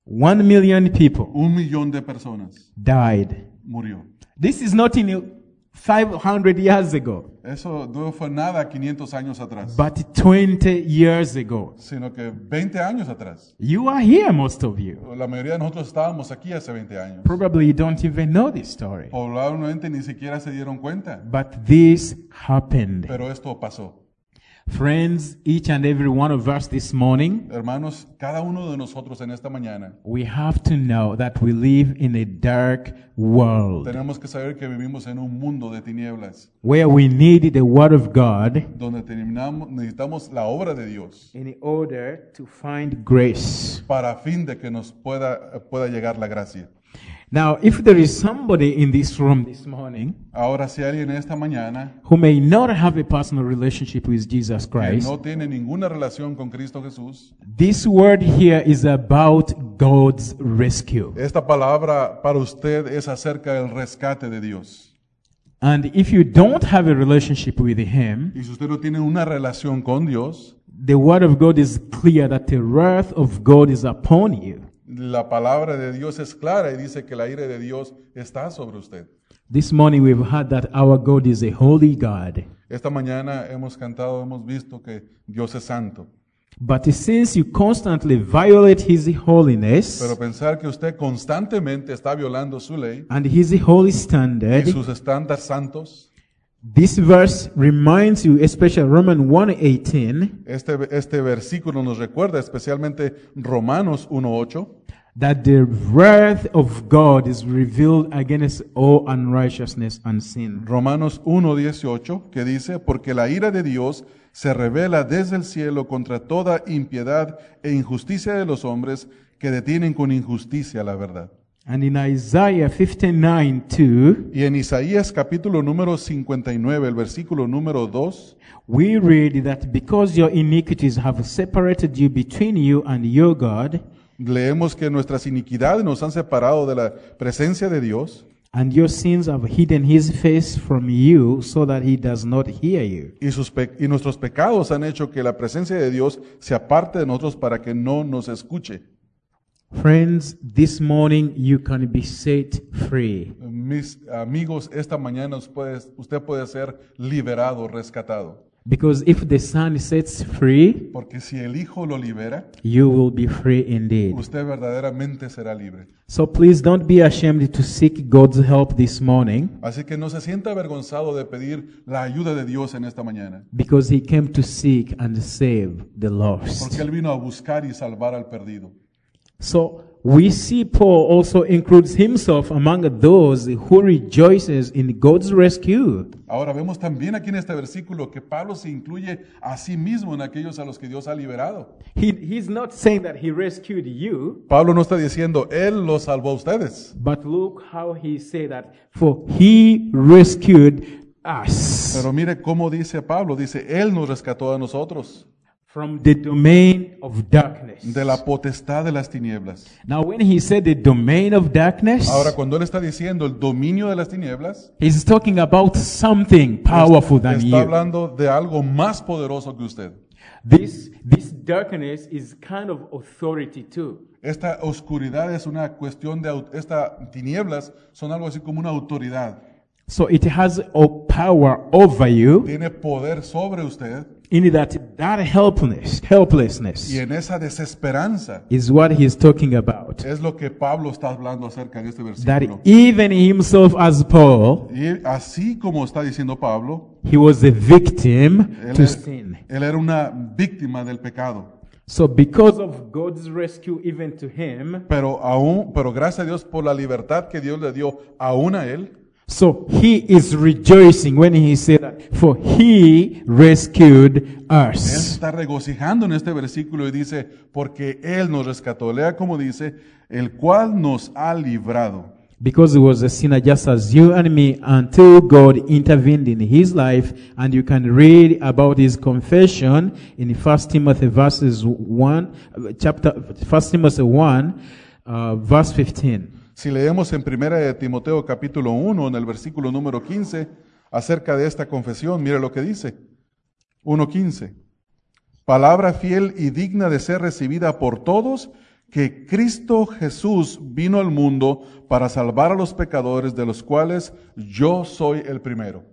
[SPEAKER 1] one million people
[SPEAKER 2] un millón de personas
[SPEAKER 1] died.
[SPEAKER 2] murió.
[SPEAKER 1] This is not in 500 years ago,
[SPEAKER 2] Eso no fue nada 500 años atrás,
[SPEAKER 1] but 20 years ago.
[SPEAKER 2] sino que 20 años atrás.
[SPEAKER 1] You are here, most of you.
[SPEAKER 2] La mayoría de nosotros estábamos aquí hace 20 años.
[SPEAKER 1] Probably you don't even know this story.
[SPEAKER 2] Probablemente ni siquiera se dieron cuenta,
[SPEAKER 1] But this happened.
[SPEAKER 2] pero esto pasó.
[SPEAKER 1] Friends, each and every one of us this morning,
[SPEAKER 2] Hermanos, cada uno de nosotros en esta mañana
[SPEAKER 1] we have to know that we live in a dark world
[SPEAKER 2] tenemos que saber que vivimos en un mundo de tinieblas,
[SPEAKER 1] where we need the Word of God
[SPEAKER 2] donde terminamos, necesitamos la obra de Dios
[SPEAKER 1] in order to find grace.
[SPEAKER 2] para fin de que nos pueda, pueda llegar la gracia.
[SPEAKER 1] Now, if there is somebody in this room this morning
[SPEAKER 2] Ahora, si alguien esta mañana
[SPEAKER 1] who may not have a personal relationship with Jesus
[SPEAKER 2] que
[SPEAKER 1] Christ,
[SPEAKER 2] no tiene ninguna relación con Cristo Jesús,
[SPEAKER 1] this word here is about God's rescue.
[SPEAKER 2] esta palabra para usted es acerca del rescate de Dios.
[SPEAKER 1] And if you don't have a relationship with Him,
[SPEAKER 2] Y si usted no tiene una relación con Dios,
[SPEAKER 1] the word of God is clear that the wrath of God is upon you.
[SPEAKER 2] la palabra de Dios es clara y dice que la ira de Dios está sobre usted.
[SPEAKER 1] This morning we've heard that our God is a holy God.
[SPEAKER 2] Esta mañana hemos cantado, hemos visto que Dios es santo.
[SPEAKER 1] But since you constantly violate His holiness
[SPEAKER 2] Pero pensar que usted constantemente está violando su ley
[SPEAKER 1] and His holy
[SPEAKER 2] y
[SPEAKER 1] standard,
[SPEAKER 2] sus estándares santos,
[SPEAKER 1] this verse reminds you, especially Romans 1.18,
[SPEAKER 2] este, este versículo nos recuerda especialmente Romanos 1.8.
[SPEAKER 1] that the wrath of God is revealed against all unrighteousness and sin.
[SPEAKER 2] Romanos 1:18, que dice, porque la ira de Dios se revela desde el cielo contra toda impiedad e injusticia de los hombres que detienen con injusticia la verdad.
[SPEAKER 1] And in Isaiah 59.2,
[SPEAKER 2] Y en Isaías capítulo número 59, el versículo número 2,
[SPEAKER 1] We read that because your iniquities have separated you between you and your God,
[SPEAKER 2] leemos que nuestras iniquidades nos han separado de la presencia de Dios
[SPEAKER 1] and your sins have hidden his face from you so that he does not hear you.
[SPEAKER 2] y, sus pe- y nuestros pecados han hecho que la presencia de Dios se aparte de nosotros para que no nos escuche.
[SPEAKER 1] Friends, this morning you can be set free.
[SPEAKER 2] Mis amigos, esta mañana os puedes- usted puede ser liberado, rescatado.
[SPEAKER 1] Because if the Son sets free,
[SPEAKER 2] Porque si el Hijo lo libera,
[SPEAKER 1] you will be free indeed.
[SPEAKER 2] usted verdaderamente será libre.
[SPEAKER 1] So please don't be ashamed to seek God's help this morning
[SPEAKER 2] Así que no se sienta avergonzado de pedir la ayuda de Dios en esta mañana.
[SPEAKER 1] because He came to seek and save the lost.
[SPEAKER 2] Porque Él vino a buscar y salvar al perdido.
[SPEAKER 1] So we see Paul also includes himself among those who rejoices in God's rescue.
[SPEAKER 2] Ahora vemos también aquí en este versículo que Pablo se incluye a sí mismo en aquellos a los que Dios ha liberado.
[SPEAKER 1] He, he's not saying that he rescued you,
[SPEAKER 2] Pablo no está diciendo, Él los salvó a ustedes.
[SPEAKER 1] but look how he said that. For he rescued us
[SPEAKER 2] Pero mire cómo dice Pablo, dice, Él nos rescató a nosotros
[SPEAKER 1] from the domain of darkness.
[SPEAKER 2] de la potestad de las tinieblas.
[SPEAKER 1] Now, when he said the domain of darkness,
[SPEAKER 2] Ahora cuando Él está diciendo el dominio de las tinieblas,
[SPEAKER 1] he's talking about something powerful than
[SPEAKER 2] está
[SPEAKER 1] you.
[SPEAKER 2] hablando de algo más poderoso que usted.
[SPEAKER 1] This, this darkness is kind of authority too.
[SPEAKER 2] Esta oscuridad es una cuestión de, au- esta tinieblas son algo así como una autoridad.
[SPEAKER 1] So it has a power over you.
[SPEAKER 2] Tiene poder sobre usted
[SPEAKER 1] in that that helplessness helplessness
[SPEAKER 2] y en esa desesperanza
[SPEAKER 1] is what he's talking about
[SPEAKER 2] es lo que Pablo está hablando acerca en este
[SPEAKER 1] that
[SPEAKER 2] versículo.
[SPEAKER 1] even himself as paul
[SPEAKER 2] Y así como está diciendo Pablo,
[SPEAKER 1] he was a victim
[SPEAKER 2] él,
[SPEAKER 1] to
[SPEAKER 2] es-
[SPEAKER 1] sin
[SPEAKER 2] él era una víctima del pecado.
[SPEAKER 1] so because of god's rescue even to him
[SPEAKER 2] Pero aún, pero gracias a Dios por la libertad que Dios le dio aún a él.
[SPEAKER 1] so he is rejoicing when he said that for he rescued
[SPEAKER 2] Él
[SPEAKER 1] us
[SPEAKER 2] está regocijando en este versículo y dice, porque Él nos rescató. Lea como dice, el cual nos ha librado.
[SPEAKER 1] because he was a sinner just as you and me until God intervened in his life. And you can read about his confession in 1 Timothy verses 1, chapter, 1 Timothy 1, uh, verse 15.
[SPEAKER 2] Si leemos en primera de Timoteo capítulo 1, en el versículo número 15, acerca de esta confesión, mire lo que dice. 1.15. Palabra fiel y digna de ser recibida por todos, que Cristo Jesús vino al mundo para salvar a los pecadores, de los cuales yo soy el primero.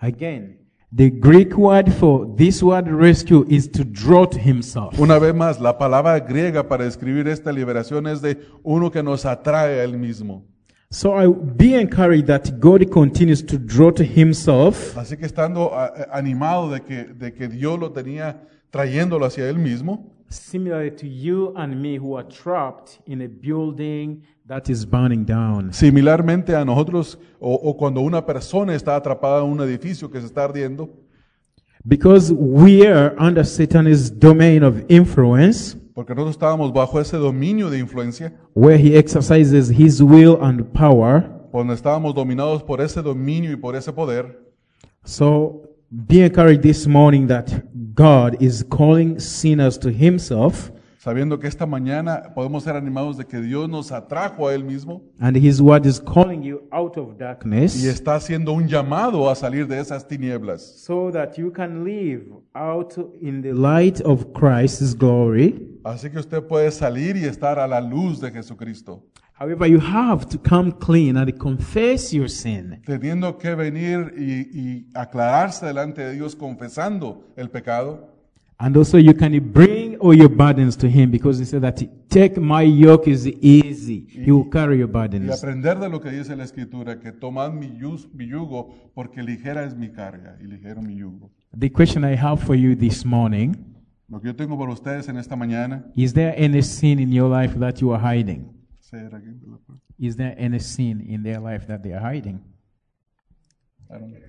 [SPEAKER 1] Again, the Greek word for this word rescue is to draw to himself.
[SPEAKER 2] Una vez más, la palabra griega para describir esta liberación es de uno que nos atrae a él mismo.
[SPEAKER 1] So I be encouraged that God continues to draw to himself
[SPEAKER 2] Así que estando a- a- animado de que, de que Dios lo tenía trayéndolo hacia él mismo,
[SPEAKER 1] similarly to you and me who are trapped in a building that is burning down.
[SPEAKER 2] similarmente a nosotros o, o cuando una persona está atrapada en un edificio que se está ardiendo,
[SPEAKER 1] Because we are under Satan's domain of influence,
[SPEAKER 2] porque nosotros estábamos bajo ese dominio de influencia,
[SPEAKER 1] where he exercises his will and power,
[SPEAKER 2] cuando estábamos dominados por ese dominio y por ese poder,
[SPEAKER 1] so be encouraged this morning that God is calling sinners to himself,
[SPEAKER 2] sabiendo que esta mañana podemos ser animados de que Dios nos atrajo a él mismo
[SPEAKER 1] and his word is calling you out of
[SPEAKER 2] y
[SPEAKER 1] darkness
[SPEAKER 2] está haciendo un llamado a salir de esas tinieblas,
[SPEAKER 1] so that you can live out in the light of Christ's glory.
[SPEAKER 2] así que usted puede salir y estar a la luz de Jesucristo.
[SPEAKER 1] However, you have to come clean and confess your sin.
[SPEAKER 2] teniendo que venir y, y aclararse delante de Dios confesando el pecado.
[SPEAKER 1] And also you can bring all your burdens to him because he said that take my yoke is easy. He will carry your
[SPEAKER 2] Y
[SPEAKER 1] burdens.
[SPEAKER 2] aprender de lo que dice la Escritura, que tomad mi, yus- mi yugo, porque ligera es mi carga y ligero mi yugo.
[SPEAKER 1] The question I have for you this morning,
[SPEAKER 2] Lo que yo tengo para ustedes en esta mañana,
[SPEAKER 1] is there any sin in your life that you are hiding?
[SPEAKER 2] será que- I
[SPEAKER 1] Is there any sin in their life that they are hiding?
[SPEAKER 2] don't know.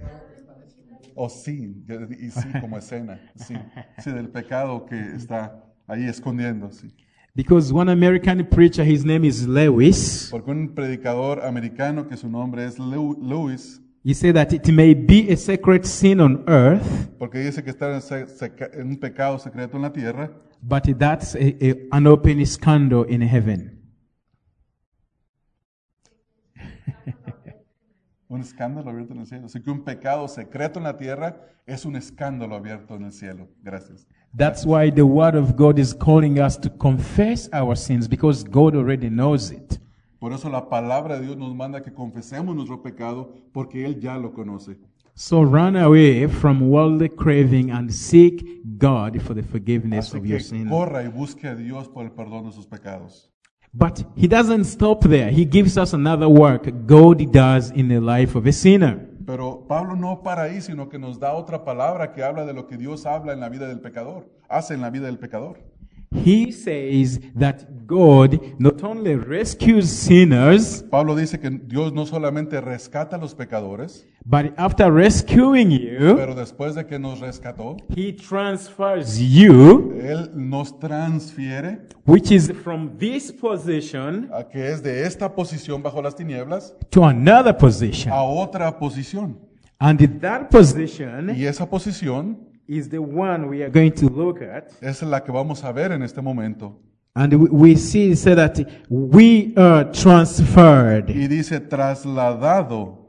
[SPEAKER 2] o Oh, sí, y sí como escena, sí, sí, del pecado que está ahí escondiendo, sí.
[SPEAKER 1] Because one American preacher, his name is Lewis,
[SPEAKER 2] Porque un predicador americano que su nombre es Lew- Lewis,
[SPEAKER 1] he said that it may be a secret sin on earth,
[SPEAKER 2] porque dice que está en se- seca- en un pecado secreto en la tierra,
[SPEAKER 1] but that's a, a, an open scandal in heaven.
[SPEAKER 2] Un escándalo abierto en el cielo. Así que un pecado secreto en la tierra es un escándalo abierto en el cielo. Gracias.
[SPEAKER 1] That's why the Word of God is calling us to confess our sins because God already knows it.
[SPEAKER 2] Por eso la palabra de Dios nos manda que confesemos nuestro pecado porque Él ya lo conoce.
[SPEAKER 1] So run away from worldly craving and seek God for the forgiveness
[SPEAKER 2] Así
[SPEAKER 1] of your
[SPEAKER 2] que
[SPEAKER 1] sin.
[SPEAKER 2] corra y busque a Dios por el perdón de sus pecados.
[SPEAKER 1] But he doesn't stop there. He gives us another work God does in the life of a sinner.
[SPEAKER 2] Pero Pablo no para ahí, sino que nos da otra palabra que habla de lo que Dios habla en la vida del pecador, hace en la vida del pecador.
[SPEAKER 1] He says that God not only rescues sinners,
[SPEAKER 2] Pablo dice que Dios no solamente rescata a los pecadores,
[SPEAKER 1] but after rescuing you,
[SPEAKER 2] pero después de que nos rescató,
[SPEAKER 1] he transfers you,
[SPEAKER 2] Él nos transfiere
[SPEAKER 1] which is from this position
[SPEAKER 2] a que es de esta posición bajo las tinieblas
[SPEAKER 1] to another position.
[SPEAKER 2] a otra posición.
[SPEAKER 1] And that position
[SPEAKER 2] Y esa posición
[SPEAKER 1] is the one we are going to look at.
[SPEAKER 2] es la que vamos a ver en este momento.
[SPEAKER 1] And we- we see so that we are transferred.
[SPEAKER 2] Y dice, trasladado.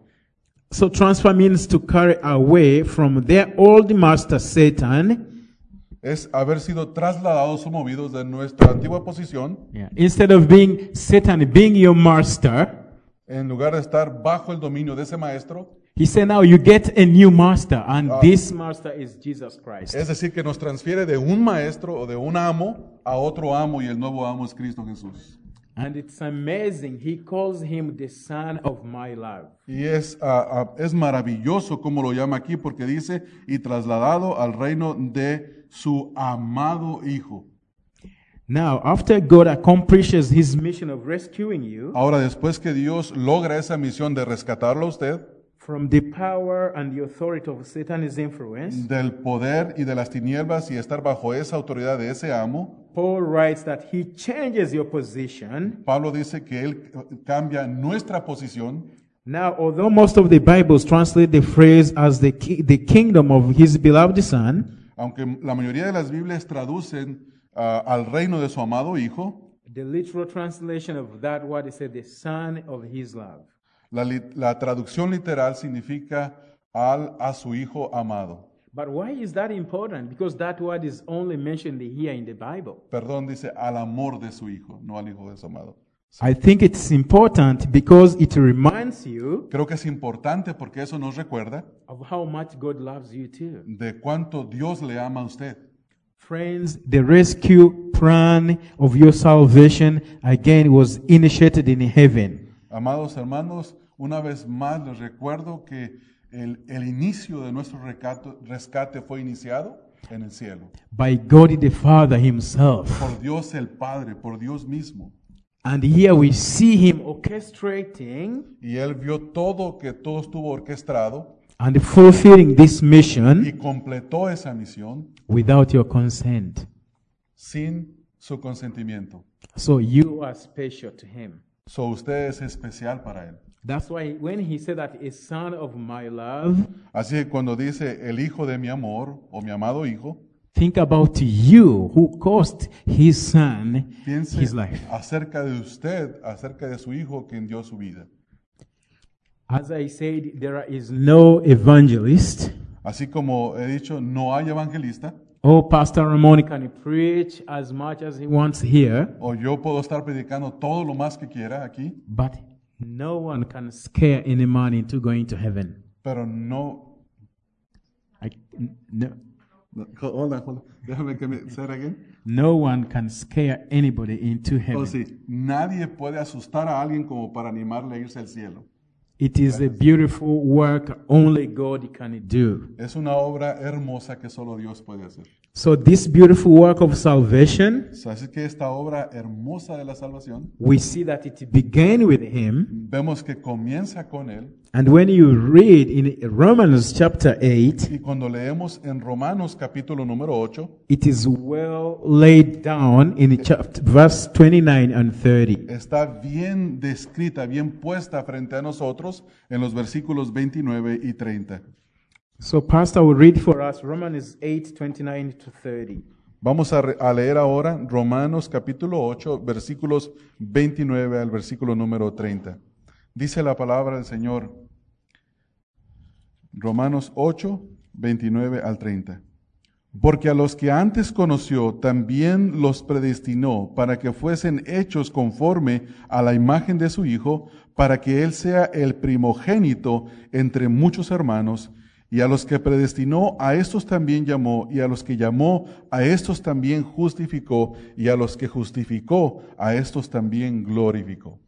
[SPEAKER 1] So transfer means to carry away from their old master Satan.
[SPEAKER 2] Es haber sido trasladados o movidos de nuestra antigua posición
[SPEAKER 1] Instead of being Satan being your master,
[SPEAKER 2] en lugar de estar bajo el dominio de ese maestro.
[SPEAKER 1] he said now you get a new master and Uh, this master is Jesus Christ.
[SPEAKER 2] Es decir, que nos transfiere de un maestro o de un amo a otro amo y el nuevo amo es Cristo Jesús.
[SPEAKER 1] And it's amazing. He calls him the son of my love.
[SPEAKER 2] Y es, ah, ah, es maravilloso como lo llama aquí porque dice, y trasladado al reino de su amado Hijo.
[SPEAKER 1] Now, after God accomplishes his mission of rescuing you
[SPEAKER 2] Ahora, después que Dios logra esa misión de rescatarlo a usted
[SPEAKER 1] from the power and the authority of Satan's influence,
[SPEAKER 2] del poder y de las tinieblas y estar bajo esa autoridad de ese amo,
[SPEAKER 1] Paul writes that he changes your position.
[SPEAKER 2] Pablo dice que él eh, cambia nuestra posición
[SPEAKER 1] Now, although most of the Bibles translate the phrase as the, ki- the kingdom of his beloved son,
[SPEAKER 2] aunque la mayoría de las Biblias traducen ah, al reino de su amado Hijo,
[SPEAKER 1] the literal translation of that word is said the son of his love.
[SPEAKER 2] la, li- la traducción literal significa al a su Hijo amado.
[SPEAKER 1] But why is that important? Because that word is only mentioned here in the Bible.
[SPEAKER 2] Perdón, dice al amor de su Hijo, no al Hijo de su amado.
[SPEAKER 1] I think it's important because it reminds you
[SPEAKER 2] Creo que es importante porque eso nos recuerda
[SPEAKER 1] of how much God loves you too.
[SPEAKER 2] de cuánto Dios le ama a usted.
[SPEAKER 1] Friends, the rescue plan of your salvation again was initiated in heaven.
[SPEAKER 2] Amados hermanos, una vez más les recuerdo que el, el inicio de nuestro recato- rescate fue iniciado en el cielo,
[SPEAKER 1] by God the Father Himself.
[SPEAKER 2] por Dios el Padre, por Dios mismo.
[SPEAKER 1] And here we see Him orchestrating
[SPEAKER 2] Y Él vio todo que todo estuvo orquestado
[SPEAKER 1] and fulfilling this
[SPEAKER 2] y
[SPEAKER 1] mission
[SPEAKER 2] completó esa misión
[SPEAKER 1] without your consent.
[SPEAKER 2] sin su consentimiento.
[SPEAKER 1] So you are special to Him.
[SPEAKER 2] So usted es especial para Él.
[SPEAKER 1] That's why when He said that a son of my love,
[SPEAKER 2] Así que cuando dice el hijo de mi amor o mi amado hijo,
[SPEAKER 1] think about you who cost His Son
[SPEAKER 2] piense
[SPEAKER 1] His life.
[SPEAKER 2] acerca de usted, acerca de su hijo quien dio su vida.
[SPEAKER 1] As I said, there is no evangelist
[SPEAKER 2] Así como he dicho, no hay evangelista,
[SPEAKER 1] or Oh, Pastor Ramon can preach as much as he wants here,
[SPEAKER 2] o yo puedo estar predicando todo lo más que quiera aquí,
[SPEAKER 1] but no one can scare any man into going to heaven.
[SPEAKER 2] pero no...
[SPEAKER 1] I, n- no,
[SPEAKER 2] Hola, hola. Déjame que me... ¿Say it again?
[SPEAKER 1] no one can scare anybody into heaven.
[SPEAKER 2] Oh, sí. Nadie puede asustar a alguien como para animarle a irse al cielo.
[SPEAKER 1] It is a beautiful work only God can do.
[SPEAKER 2] Es una obra hermosa que solo Dios puede hacer.
[SPEAKER 1] So this beautiful work of salvation,
[SPEAKER 2] O sea, Así que esta obra hermosa de la salvación,
[SPEAKER 1] we see that it began with him.
[SPEAKER 2] vemos que comienza con Él,
[SPEAKER 1] And when you read in Romans chapter 8,
[SPEAKER 2] y cuando leemos en Romanos capítulo número 8,
[SPEAKER 1] it is well laid down in chapter, verse 29 and 30.
[SPEAKER 2] está bien descrita, bien puesta frente a nosotros en los versículos 29 y 30.
[SPEAKER 1] So pastor will read for us Romans 8, 29 to 30.
[SPEAKER 2] Vamos a, re- a leer ahora Romanos capítulo 8, versículos 29 al versículo número 30. Dice la palabra del Señor, Romanos 8, 29 al 30. Porque a los que antes conoció también los predestinó para que fuesen hechos conforme a la imagen de su Hijo, para que Él sea el primogénito entre muchos hermanos. Y a los que predestinó, a estos también llamó, y a los que llamó, a estos también justificó, y a los que justificó, a estos también glorificó.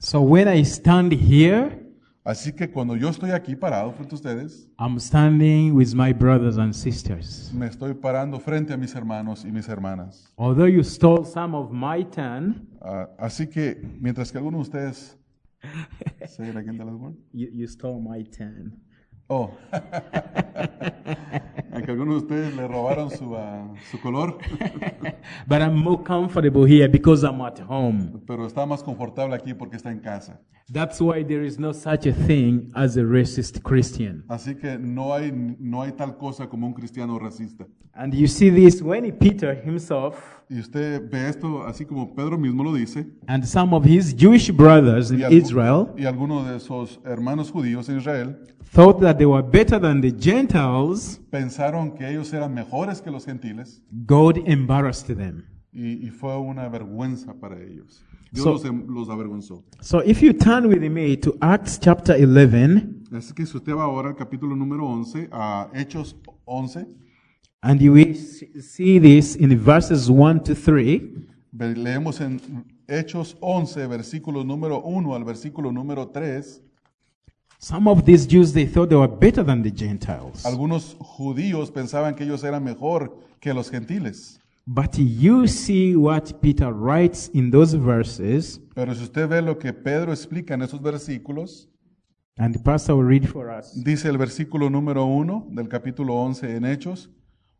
[SPEAKER 1] So when I stand here,
[SPEAKER 2] Así que cuando yo estoy aquí parado frente a ustedes,
[SPEAKER 1] I'm standing with my brothers and sisters.
[SPEAKER 2] me estoy parando frente a mis hermanos y mis hermanas.
[SPEAKER 1] Although you stole some of my turn,
[SPEAKER 2] Ah, así que, mientras que algunos de ustedes... ¿Say it again, the last one?
[SPEAKER 1] you, you stole my turn.
[SPEAKER 2] Oh. A que algunos de ustedes le robaron su, ah, su color,
[SPEAKER 1] But I'm more comfortable here because I'm at home.
[SPEAKER 2] pero está más confortable aquí porque está en casa.
[SPEAKER 1] That's why there is no such a thing as a racist Christian.
[SPEAKER 2] Así que no hay, no hay tal cosa como un cristiano racista.
[SPEAKER 1] And you see this when Peter himself
[SPEAKER 2] Y usted ve esto así como Pedro mismo lo dice.
[SPEAKER 1] and some of his Jewish brothers in
[SPEAKER 2] Y, algu-
[SPEAKER 1] Israel
[SPEAKER 2] y algunos de sus hermanos judíos en Israel
[SPEAKER 1] thought that they were better than the Gentiles,
[SPEAKER 2] pensaron que ellos eran mejores que los gentiles
[SPEAKER 1] God embarrassed them.
[SPEAKER 2] y, y fue una vergüenza para ellos. Dios
[SPEAKER 1] So-
[SPEAKER 2] los, em- los avergonzó.
[SPEAKER 1] So if you turn with me to Acts chapter 11
[SPEAKER 2] Así que si usted va ahora al capítulo número 11, a Hechos 11,
[SPEAKER 1] and you will see this in verses 1 to 3,
[SPEAKER 2] ve- leemos en Hechos 11, versículo número 1 al versículo número 3,
[SPEAKER 1] some of these Jews they thought they were better than the Gentiles.
[SPEAKER 2] algunos judíos pensaban que ellos eran mejor que los gentiles.
[SPEAKER 1] But you see what Peter writes in those verses,
[SPEAKER 2] Pero si usted ve lo que Pedro explica en esos versículos,
[SPEAKER 1] and the pastor will read for us.
[SPEAKER 2] Dice el versículo número 1 del capítulo 11 en Hechos,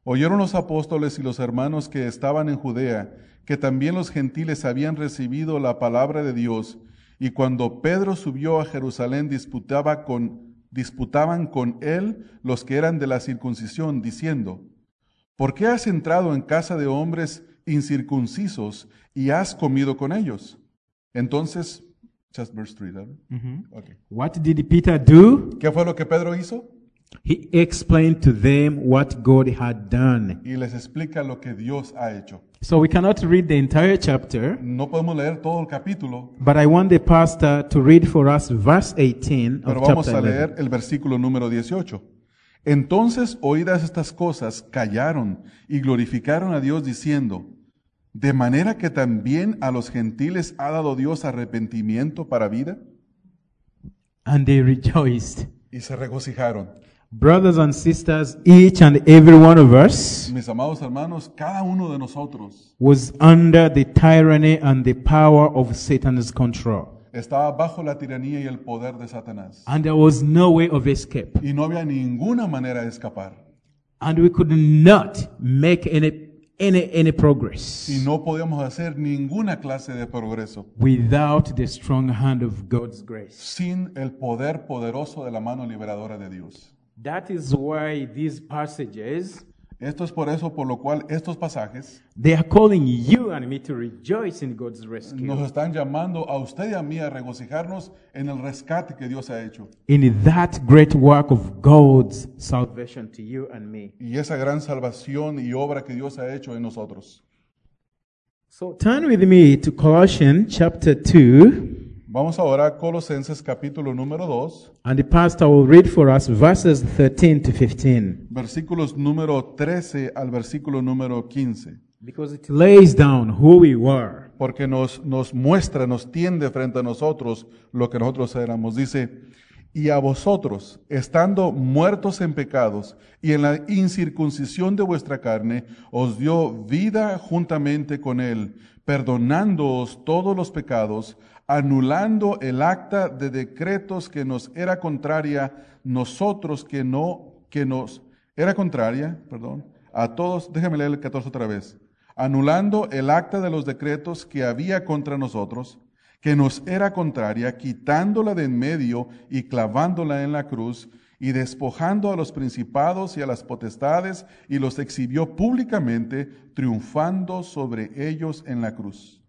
[SPEAKER 2] oyeron los apóstoles y los hermanos que estaban en Judea que también los gentiles habían recibido la palabra de Dios, y cuando Pedro subió a Jerusalén disputaba con, disputaban con él los que eran de la circuncisión, diciendo, ¿por qué has entrado en casa de hombres incircuncisos y has comido con ellos? Entonces, just verse three, ¿verdad? Okay.
[SPEAKER 1] What did Peter do?
[SPEAKER 2] ¿Qué fue lo que Pedro hizo?
[SPEAKER 1] He explained to them what God had done.
[SPEAKER 2] y les explica lo que Dios ha hecho.
[SPEAKER 1] So we cannot read the entire chapter,
[SPEAKER 2] No podemos leer todo el capítulo,
[SPEAKER 1] but I want the pastor to read for us verse 18
[SPEAKER 2] pero
[SPEAKER 1] of
[SPEAKER 2] vamos
[SPEAKER 1] chapter
[SPEAKER 2] a
[SPEAKER 1] 11.
[SPEAKER 2] leer el versículo número 18. Entonces, oídas estas cosas, callaron y glorificaron a Dios diciendo, ¿de manera que también a los gentiles ha dado Dios arrepentimiento para vida?
[SPEAKER 1] And they rejoiced.
[SPEAKER 2] Y se regocijaron.
[SPEAKER 1] Brothers and sisters, each and every one of us
[SPEAKER 2] Mis amados hermanos, cada uno de nosotros
[SPEAKER 1] was under the tyranny and the power of Satan's control.
[SPEAKER 2] estaba bajo la tiranía y el poder de Satanás.
[SPEAKER 1] And there was no way of escape.
[SPEAKER 2] Y no había ninguna manera de escapar.
[SPEAKER 1] and we could not make any any any progress
[SPEAKER 2] Y no podíamos hacer ninguna clase de progreso.
[SPEAKER 1] without the strong hand of God's grace.
[SPEAKER 2] sin el poder poderoso de la mano liberadora de Dios.
[SPEAKER 1] That is why these passages
[SPEAKER 2] Esto es por eso por lo cual estos pasajes
[SPEAKER 1] they are calling you and me to rejoice in God's rescue.
[SPEAKER 2] nos están llamando a usted y a mí a regocijarnos en el rescate que Dios ha hecho
[SPEAKER 1] In that great work of God's salvation to you and me.
[SPEAKER 2] y esa gran salvación y obra que Dios ha hecho en nosotros.
[SPEAKER 1] So turn with me to Colossians chapter 2
[SPEAKER 2] Vamos ahora a Colosenses capítulo número 2,
[SPEAKER 1] and the pastor will read for us verses 13 to 15
[SPEAKER 2] versículos número 13 al versículo número 15,
[SPEAKER 1] because it lays down who we were.
[SPEAKER 2] porque nos, nos muestra, nos tiende frente a nosotros lo que nosotros éramos. Dice, Y a vosotros, estando muertos en pecados y en la incircuncisión de vuestra carne, os dio vida juntamente con él, perdonándoos todos los pecados, anulando el acta de decretos que nos era contraria, nosotros que no, que nos era contraria, perdón, a todos, déjame leer el 14 otra vez, anulando el acta de los decretos que había contra nosotros, que nos era contraria, quitándola de en medio y clavándola en la cruz, y despojando a los principados y a las potestades, y los exhibió públicamente, triunfando sobre ellos en la cruz.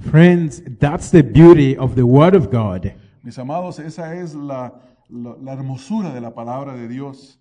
[SPEAKER 1] Friends, that's the beauty of the Word of God.
[SPEAKER 2] Mis amados, esa es la, la, la hermosura de la palabra de Dios.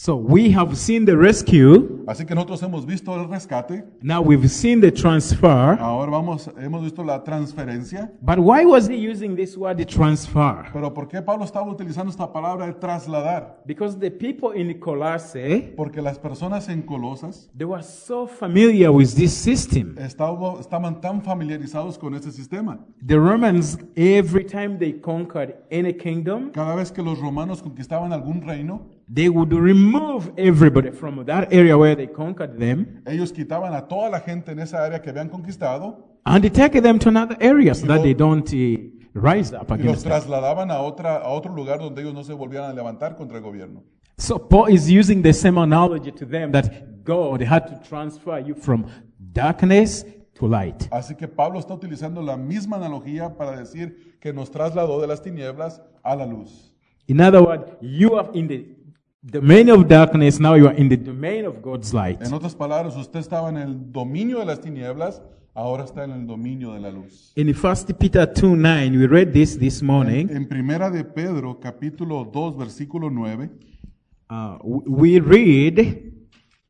[SPEAKER 1] So we have seen the rescue.
[SPEAKER 2] Así que nosotros hemos visto el rescate,
[SPEAKER 1] Now we've seen the transfer.
[SPEAKER 2] ahora vamos, hemos visto la transferencia,
[SPEAKER 1] But why was he using this word transfer?
[SPEAKER 2] pero ¿por qué Pablo estaba utilizando esta palabra de trasladar?
[SPEAKER 1] Because the people in Colossae,
[SPEAKER 2] Porque las personas en Colosas
[SPEAKER 1] they were so familiar with this system.
[SPEAKER 2] estaba- estaban tan familiarizados con este sistema.
[SPEAKER 1] The Romans, every time they conquered any kingdom,
[SPEAKER 2] Cada vez que los romanos conquistaban algún reino,
[SPEAKER 1] they would remove everybody from that area where they conquered them
[SPEAKER 2] ellos quitaban a toda la gente en esa área que habían conquistado
[SPEAKER 1] and take them to another area so that they don't uh, rise up
[SPEAKER 2] y los
[SPEAKER 1] against them.
[SPEAKER 2] trasladaban a, otra, a otro lugar donde ellos no se volvieran a levantar contra el gobierno.
[SPEAKER 1] So Paul is using the same analogy to them that God had to transfer you from darkness to light.
[SPEAKER 2] Así que Pablo está utilizando la misma analogía para decir que nos trasladó de las tinieblas a la luz.
[SPEAKER 1] In other words, you are in the domain of darkness, now you are in the domain of God's light.
[SPEAKER 2] En otras palabras, usted estaba en el dominio de las tinieblas, ahora está en el dominio de la luz.
[SPEAKER 1] In 1 Peter 2 9, we read this this morning.
[SPEAKER 2] En primera de Pedro, capítulo 2, versículo 9,
[SPEAKER 1] Uh, w- we read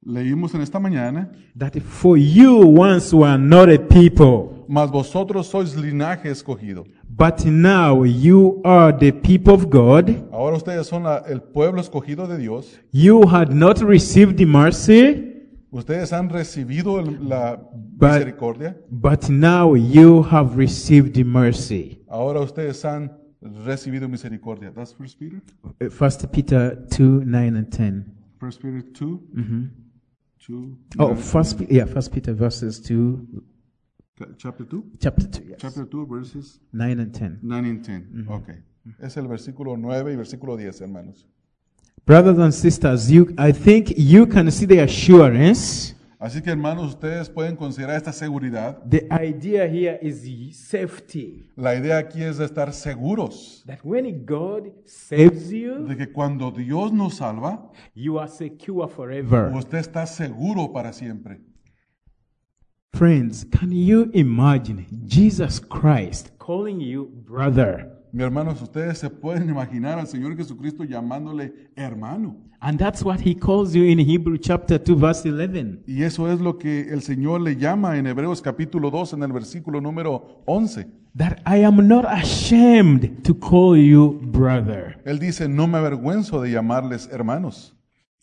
[SPEAKER 2] leímos en esta mañana,
[SPEAKER 1] that for you once were not a people,
[SPEAKER 2] mas vosotros sois linaje escogido.
[SPEAKER 1] but now you are the people of God.
[SPEAKER 2] Ahora ustedes son la- el pueblo escogido de Dios.
[SPEAKER 1] You had not received mercy,
[SPEAKER 2] Ustedes han recibido el- la
[SPEAKER 1] But-
[SPEAKER 2] misericordia.
[SPEAKER 1] but now you have received mercy.
[SPEAKER 2] Ahora ustedes han recibido misericordia. That's First Peter.
[SPEAKER 1] 1 Uh, Peter 2 9 and 10.
[SPEAKER 2] First Peter 2. Two,
[SPEAKER 1] Mm-hmm. Oh, first, Pe- yeah, first Peter verses 2,
[SPEAKER 2] ca- chapter 2.
[SPEAKER 1] chapter 2, yes,
[SPEAKER 2] Chapter 2, verses
[SPEAKER 1] 9 and 10.
[SPEAKER 2] 9 and 10.
[SPEAKER 1] Mm-hmm.
[SPEAKER 2] Ok. Es el versículo 9 y versículo 10, hermanos.
[SPEAKER 1] Brothers and sisters, you, I think you can see the assurance.
[SPEAKER 2] Así que, hermanos, ustedes pueden considerar esta seguridad.
[SPEAKER 1] The idea here is y- safety.
[SPEAKER 2] La idea aquí es de estar seguros
[SPEAKER 1] That when God saves you,
[SPEAKER 2] de que cuando Dios nos salva,
[SPEAKER 1] you are secure forever.
[SPEAKER 2] Pues usted está seguro para siempre.
[SPEAKER 1] Friends, can you imagine Jesus Christ calling you brother?
[SPEAKER 2] Mi hermanos, ustedes se pueden imaginar al Señor Jesucristo llamándole hermano.
[SPEAKER 1] And that's what he calls you in Hebrew chapter 2, verse 11.
[SPEAKER 2] Y eso es lo que el Señor le llama en Hebreos capítulo 2, en el versículo número 11.
[SPEAKER 1] That I am not ashamed to call you brother.
[SPEAKER 2] Él dice, no me avergüenzo de llamarles hermanos.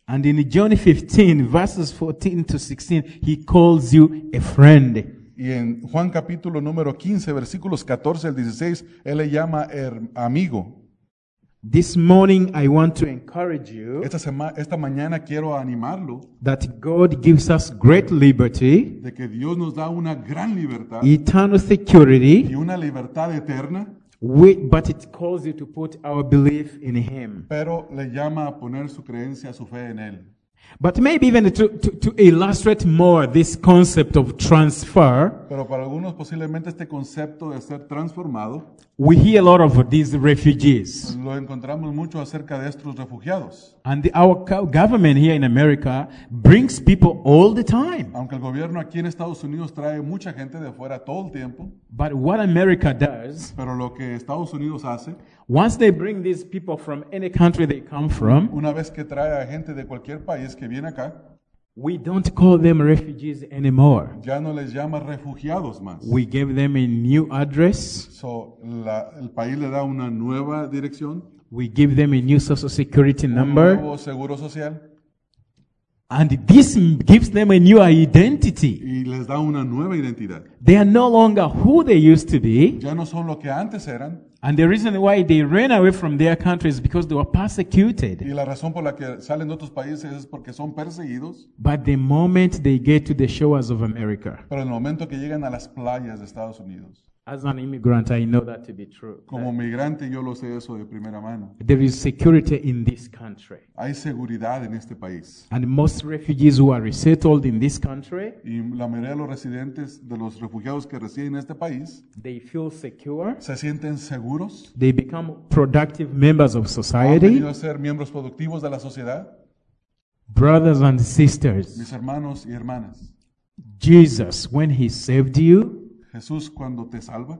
[SPEAKER 1] And in John 15, verses 14 to 16, he calls you a friend.
[SPEAKER 2] Y en Juan capítulo número 15, versículos 14 al 16, Él le llama her- amigo.
[SPEAKER 1] This morning, I want to encourage you
[SPEAKER 2] Esta, sema- esta mañana quiero animarlo
[SPEAKER 1] that God gives us great liberty,
[SPEAKER 2] de que Dios nos da una gran libertad
[SPEAKER 1] eternal
[SPEAKER 2] y
[SPEAKER 1] security,
[SPEAKER 2] una libertad eterna,
[SPEAKER 1] wi- but it calls you to put our belief in Him.
[SPEAKER 2] pero le llama a poner su creencia, su fe en Él.
[SPEAKER 1] But maybe even to, to, to illustrate more this concept of transfer,
[SPEAKER 2] Pero para algunos posiblemente este concepto de ser transformado
[SPEAKER 1] we hear a lot of these refugees.
[SPEAKER 2] lo encontramos mucho acerca de estos refugiados.
[SPEAKER 1] And the- our co- government here in America brings people all the time.
[SPEAKER 2] Aunque el gobierno aquí en Estados Unidos trae mucha gente de fuera todo el tiempo,
[SPEAKER 1] But what America does,
[SPEAKER 2] pero lo que Estados Unidos hace,
[SPEAKER 1] once they bring these people from any country they come from,
[SPEAKER 2] una vez que trae a gente de cualquier país que viene acá,
[SPEAKER 1] we don't call them refugees anymore.
[SPEAKER 2] ya no les llama refugiados más.
[SPEAKER 1] We give them a new address,
[SPEAKER 2] So, la- el país le da una nueva dirección,
[SPEAKER 1] we give them a new social security
[SPEAKER 2] un
[SPEAKER 1] number,
[SPEAKER 2] nuevo seguro social
[SPEAKER 1] and this m- gives them a new identity.
[SPEAKER 2] y les da una nueva identidad.
[SPEAKER 1] They are no longer who they used to be,
[SPEAKER 2] Ya no son lo que antes eran
[SPEAKER 1] and the reason why they ran away from their country is because they were persecuted.
[SPEAKER 2] y la razón por la que salen de otros países es porque son perseguidos,
[SPEAKER 1] But the moment they get to the shores of America,
[SPEAKER 2] pero en el momento que llegan a las playas de Estados Unidos,
[SPEAKER 1] as an immigrant, I know that to be true.
[SPEAKER 2] como migrante yo lo sé eso de primera mano.
[SPEAKER 1] There is security in this country.
[SPEAKER 2] Hay seguridad en este país
[SPEAKER 1] And most refugees who are resettled in this country,
[SPEAKER 2] y la mayoría de los residentes, de los refugiados que residen en este país,
[SPEAKER 1] they feel secure.
[SPEAKER 2] se sienten seguros,
[SPEAKER 1] They become productive members of
[SPEAKER 2] han
[SPEAKER 1] society.
[SPEAKER 2] venido a ser miembros productivos de la sociedad.
[SPEAKER 1] Brothers and sisters,
[SPEAKER 2] Mis hermanos y hermanas,
[SPEAKER 1] Jesus, when he saved you,
[SPEAKER 2] Jesús cuando te salva,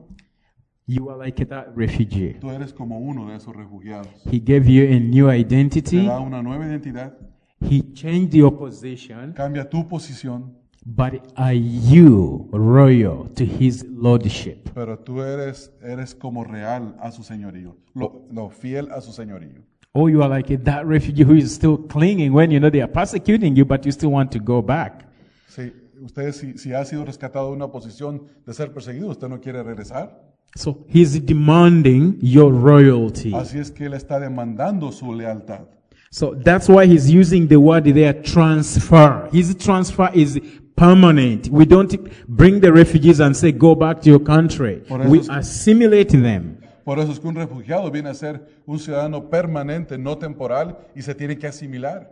[SPEAKER 1] You are like that refugee.
[SPEAKER 2] Tú eres como uno de esos refugiados.
[SPEAKER 1] He gave you a new
[SPEAKER 2] Te
[SPEAKER 1] identity.
[SPEAKER 2] da una nueva identidad,
[SPEAKER 1] He changed your position.
[SPEAKER 2] cambia tu posición,
[SPEAKER 1] But are you royal to his lordship?
[SPEAKER 2] pero tú eres, eres como real a su señorío, lo, no, fiel a su señorío.
[SPEAKER 1] Or you are like that refugee who is still clinging when you know they are persecuting you, but you still want to go back.
[SPEAKER 2] Sí, usted si, si ha sido rescatado de una posición de ser perseguido, usted no quiere regresar.
[SPEAKER 1] So he's demanding your royalty.
[SPEAKER 2] Así es que él está demandando su lealtad.
[SPEAKER 1] So that's why he's using the word there, transfer. His transfer is permanent. We don't bring the refugees and say, go back to your country.
[SPEAKER 2] Por eso
[SPEAKER 1] We
[SPEAKER 2] es-
[SPEAKER 1] assimilate them.
[SPEAKER 2] Por eso es que un refugiado viene a ser un ciudadano permanente, no temporal, y se tiene que asimilar.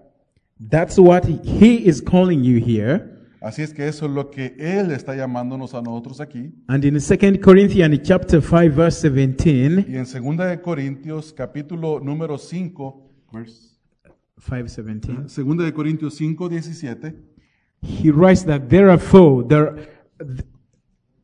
[SPEAKER 1] That's what he is calling you here.
[SPEAKER 2] Así es que eso es lo que él está llamándonos a nosotros aquí.
[SPEAKER 1] And in 2 Corinthians chapter 5 verse 17,
[SPEAKER 2] Y en 2 de Corintios, capítulo número 5, verse-
[SPEAKER 1] 517,
[SPEAKER 2] 2 de Corintios 5, 17,
[SPEAKER 1] he writes that therefore, there,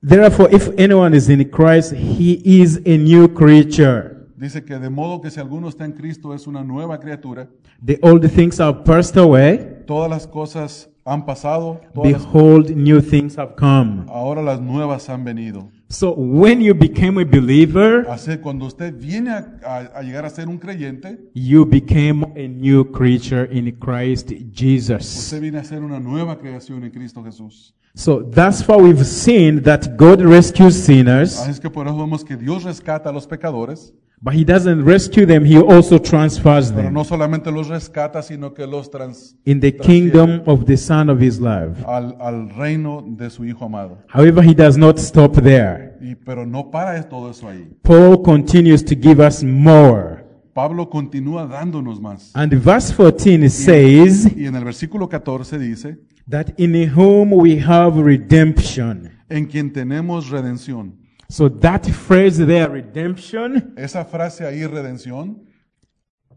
[SPEAKER 1] therefore if anyone is in Christ, he is a new creature.
[SPEAKER 2] dice que de modo que si alguno está en Cristo es una nueva criatura,
[SPEAKER 1] The old things are passed away.
[SPEAKER 2] todas las cosas han pasado, todas las-
[SPEAKER 1] Behold, new things have come.
[SPEAKER 2] ahora las nuevas han venido.
[SPEAKER 1] So when you became a believer,
[SPEAKER 2] Así cuando usted viene a, a- a llegar a ser un creyente,
[SPEAKER 1] you became a new creature in Christ Jesus.
[SPEAKER 2] usted viene a ser una nueva creación en Cristo Jesús.
[SPEAKER 1] So that's why we've seen that God rescues sinners,
[SPEAKER 2] Así es que por eso vemos que Dios rescata a los pecadores,
[SPEAKER 1] but He doesn't rescue them, He also transfers
[SPEAKER 2] pero
[SPEAKER 1] them
[SPEAKER 2] no solamente los rescata, sino que los trans
[SPEAKER 1] in the kingdom of the Son of His love.
[SPEAKER 2] al, al reino de su Hijo amado.
[SPEAKER 1] However, He does not stop there.
[SPEAKER 2] Y, pero no para todo eso ahí.
[SPEAKER 1] Paul continues to give us more.
[SPEAKER 2] Pablo continúa dándonos más.
[SPEAKER 1] And verse 14 says
[SPEAKER 2] Y en el versículo 14 dice,
[SPEAKER 1] that in whom we have redemption.
[SPEAKER 2] en quien tenemos redención.
[SPEAKER 1] So that phrase there, redemption,
[SPEAKER 2] Esa frase ahí, redención,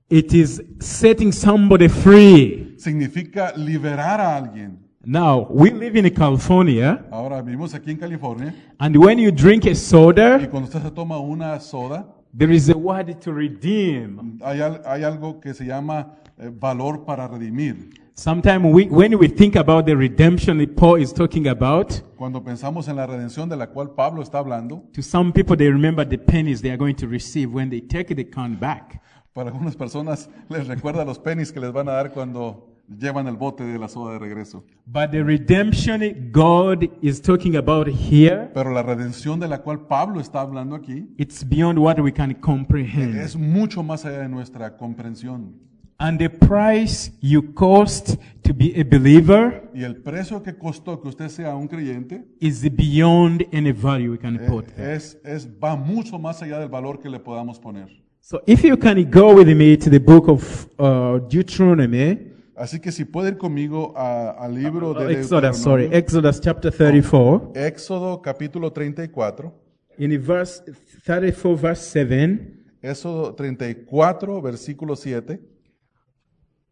[SPEAKER 1] it is setting somebody free.
[SPEAKER 2] significa liberar a alguien.
[SPEAKER 1] Now, we live in California,
[SPEAKER 2] Ahora vivimos aquí en California
[SPEAKER 1] and when you drink a
[SPEAKER 2] y
[SPEAKER 1] soda,
[SPEAKER 2] cuando usted se toma una soda,
[SPEAKER 1] there is a word to redeem.
[SPEAKER 2] hay, al- hay algo que se llama eh, valor para redimir.
[SPEAKER 1] Sometimes we, when we think about the redemption that Paul is talking about,
[SPEAKER 2] Cuando pensamos en la redención de la cual Pablo está hablando,
[SPEAKER 1] to some people they remember the pennies they are going to receive when they take the can back.
[SPEAKER 2] para algunas personas les recuerda los penis que les van a dar cuando llevan el bote de la soda de regreso.
[SPEAKER 1] But the redemption God is talking about here,
[SPEAKER 2] Pero la redención de la cual Pablo está hablando aquí
[SPEAKER 1] it's beyond what we can comprehend.
[SPEAKER 2] es mucho más allá de nuestra comprensión.
[SPEAKER 1] And the price you cost to be a believer
[SPEAKER 2] Y el precio que costó que usted sea un creyente
[SPEAKER 1] is beyond any value we can put there.
[SPEAKER 2] es, es, va mucho más allá del valor que le podamos poner.
[SPEAKER 1] So if you can go with me to the book of uh, Deuteronomy,
[SPEAKER 2] Así que si puede ir conmigo a- al libro de
[SPEAKER 1] Ah, Exodus, sorry,
[SPEAKER 2] Deuteronomio,
[SPEAKER 1] Exodus chapter 34,
[SPEAKER 2] Éxodo capítulo 34,
[SPEAKER 1] in verse 34, verse 7,
[SPEAKER 2] Éxodo 34 versículo 7,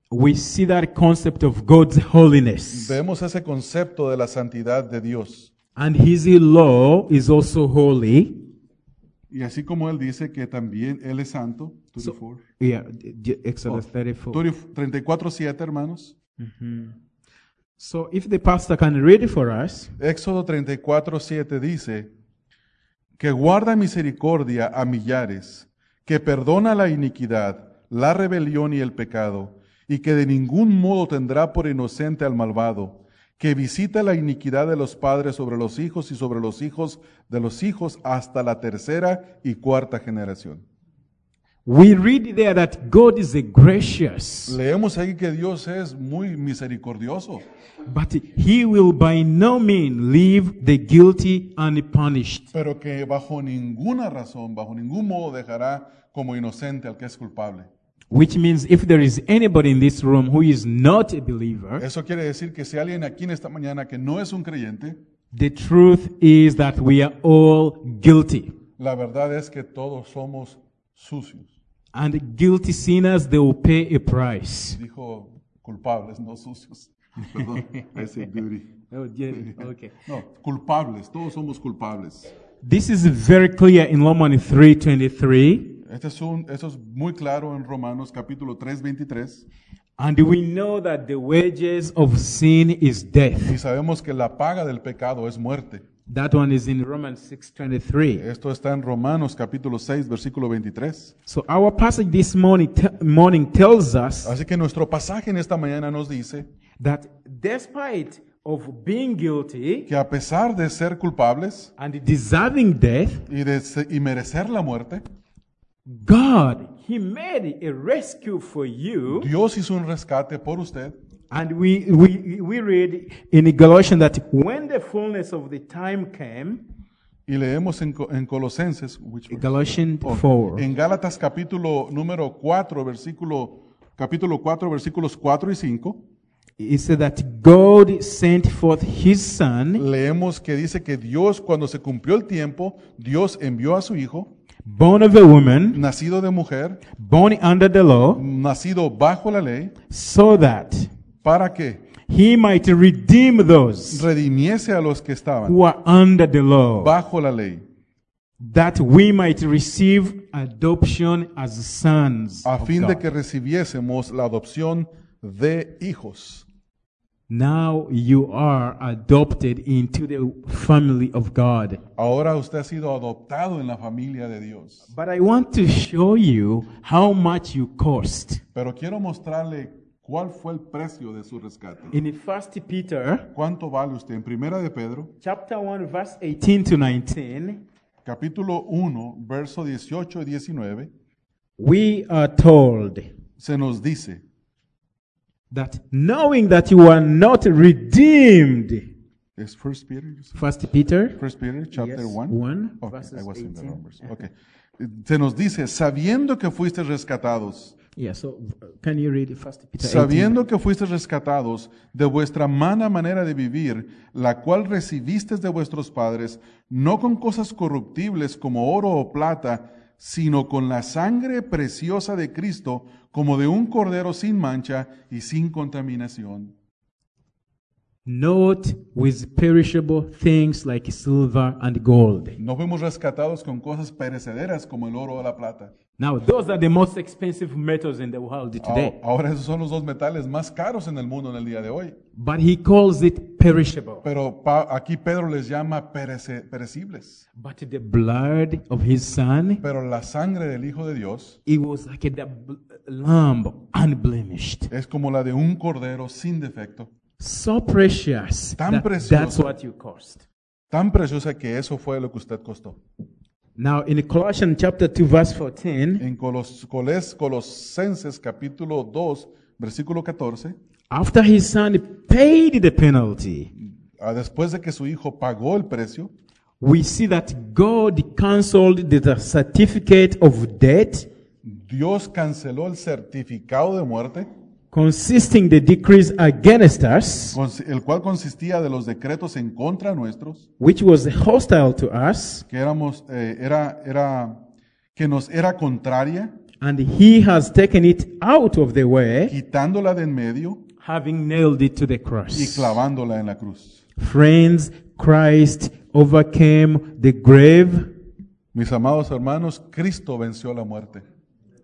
[SPEAKER 1] we see that concept of God's holiness.
[SPEAKER 2] vemos ese concepto de la santidad de Dios.
[SPEAKER 1] And his law is also holy.
[SPEAKER 2] Y así como él dice que también él es santo, 34,
[SPEAKER 1] Yeah, d- d- Exodus 34.
[SPEAKER 2] 34 7 hermanos.
[SPEAKER 1] So if the pastor can read it for us.
[SPEAKER 2] Éxodo 34, 7 dice, que guarda misericordia a millares, que perdona la iniquidad, la rebelión y el pecado, y que de ningún modo tendrá por inocente al malvado, que visita la iniquidad de los padres sobre los hijos y sobre los hijos de los hijos hasta la tercera y cuarta generación.
[SPEAKER 1] We read there that God is a gracious,
[SPEAKER 2] Leemos ahí que Dios es muy misericordioso,
[SPEAKER 1] but he will by no means leave the guilty unpunished.
[SPEAKER 2] pero que bajo ninguna razón, bajo ningún modo dejará como inocente al que es culpable.
[SPEAKER 1] Which means if there is anybody in this room who is not a believer,
[SPEAKER 2] Eso quiere decir que si alguien aquí en esta mañana que no es un creyente,
[SPEAKER 1] the truth is that we are all guilty.
[SPEAKER 2] la verdad es que todos somos sucios.
[SPEAKER 1] And guilty sinners, they will pay a price.
[SPEAKER 2] Dijo culpables, no sucios. Perdón, I said dirty.
[SPEAKER 1] Oh, okay.
[SPEAKER 2] No, culpables, todos somos culpables.
[SPEAKER 1] This is very clear in Romans 3:23,
[SPEAKER 2] Este es un- eso es muy claro en Romanos capítulo 3, 23.
[SPEAKER 1] and we know that the wages of sin is death.
[SPEAKER 2] Y sabemos que la paga del pecado es muerte.
[SPEAKER 1] That one is in Romans 6:23.
[SPEAKER 2] Esto está en Romanos capítulo 6, versículo 23.
[SPEAKER 1] So our passage this morning te- morning tells us
[SPEAKER 2] Así que nuestro pasaje en esta mañana nos dice
[SPEAKER 1] that despite of being guilty
[SPEAKER 2] que a pesar de ser culpables
[SPEAKER 1] and deserving death,
[SPEAKER 2] y, de se- y merecer la muerte,
[SPEAKER 1] God, He made a rescue for you.
[SPEAKER 2] Dios hizo un rescate por usted.
[SPEAKER 1] And we, we, we read in Galatians that when the fullness of the time came,
[SPEAKER 2] Y leemos en, Co- en Colosenses, which verse?
[SPEAKER 1] Galatians
[SPEAKER 2] Oh,
[SPEAKER 1] 4.
[SPEAKER 2] en Gálatas capítulo número 4, versículo, capítulo 4, versículos 4 y 5,
[SPEAKER 1] It said that God sent forth his son,
[SPEAKER 2] leemos que dice que Dios, cuando se cumplió el tiempo, Dios envió a su hijo,
[SPEAKER 1] born of a woman,
[SPEAKER 2] nacido de mujer,
[SPEAKER 1] born under the law,
[SPEAKER 2] nacido bajo la ley,
[SPEAKER 1] so that
[SPEAKER 2] para que
[SPEAKER 1] he might redeem those
[SPEAKER 2] redimiese a los que estaban
[SPEAKER 1] who are under the law,
[SPEAKER 2] bajo la ley,
[SPEAKER 1] that we might receive adoption as sons.
[SPEAKER 2] a
[SPEAKER 1] of
[SPEAKER 2] fin de
[SPEAKER 1] God.
[SPEAKER 2] que recibiésemos la adopción de hijos.
[SPEAKER 1] Now you are adopted into the family of God.
[SPEAKER 2] Ahora usted ha sido adoptado en la familia de Dios.
[SPEAKER 1] But I want to show you how much you cost.
[SPEAKER 2] Pero quiero mostrarle cuál fue el precio de su rescate.
[SPEAKER 1] In 1 Peter
[SPEAKER 2] ¿Cuánto vale usted? En Primera de Pedro,
[SPEAKER 1] chapter 1 verse 18 to 19,
[SPEAKER 2] capítulo 1, verso 18 y 19,
[SPEAKER 1] we are told
[SPEAKER 2] se nos dice,
[SPEAKER 1] that knowing that you are not redeemed,
[SPEAKER 2] es First Peter, you said?
[SPEAKER 1] 1 Peter
[SPEAKER 2] First Peter chapter
[SPEAKER 1] Yes,
[SPEAKER 2] 1.
[SPEAKER 1] one,
[SPEAKER 2] Okay, I
[SPEAKER 1] verses
[SPEAKER 2] was in the
[SPEAKER 1] 18.
[SPEAKER 2] numbers. Okay. Eh, Se nos dice, sabiendo que fuiste rescatados,
[SPEAKER 1] Yeah, so uh, can you read 1 Peter 18?
[SPEAKER 2] sabiendo que fuiste rescatados de vuestra mala manera de vivir, la cual recibisteis de vuestros padres, no con cosas corruptibles como oro o plata, sino con la sangre preciosa de Cristo, como de un cordero sin mancha y sin contaminación.
[SPEAKER 1] Not with perishable things like silver and gold.
[SPEAKER 2] No fuimos rescatados con cosas perecederas como el oro o la plata.
[SPEAKER 1] Now, those are the most expensive metals in the world
[SPEAKER 2] Ahora,
[SPEAKER 1] today.
[SPEAKER 2] ahora esos son los dos metales más caros en el mundo en el día de hoy.
[SPEAKER 1] But he calls it perishable.
[SPEAKER 2] Pero pa- aquí Pedro les llama perece- perecibles.
[SPEAKER 1] But the blood of his son
[SPEAKER 2] Pero la sangre del Hijo de Dios
[SPEAKER 1] It was like a dab- lamb unblemished.
[SPEAKER 2] es como la de un cordero sin defecto,
[SPEAKER 1] So precious.
[SPEAKER 2] Tan precioso.
[SPEAKER 1] That's what you cost.
[SPEAKER 2] tan preciosa que eso fue lo que usted costó.
[SPEAKER 1] Now in Colossians chapter 2 verse 14,
[SPEAKER 2] En Colos- Coles- Colosenses capítulo 2, versículo 14,
[SPEAKER 1] after his son paid the penalty,
[SPEAKER 2] ah, después de que su Hijo pagó el precio,
[SPEAKER 1] we see that God cancelled the- the certificate of debt
[SPEAKER 2] Dios canceló el certificado de muerte,
[SPEAKER 1] consisting the decrees against us,
[SPEAKER 2] cons- el cual consistía de los decretos en contra nuestros,
[SPEAKER 1] which was hostile to us,
[SPEAKER 2] que éramos, eh, era, era, que nos era contraria,
[SPEAKER 1] and he has taken it out of the way,
[SPEAKER 2] quitándola de en medio
[SPEAKER 1] having nailed it to the
[SPEAKER 2] y
[SPEAKER 1] cross.
[SPEAKER 2] clavándola en la cruz.
[SPEAKER 1] Friends, Christ overcame the grave,
[SPEAKER 2] Mis amados hermanos, Cristo venció la muerte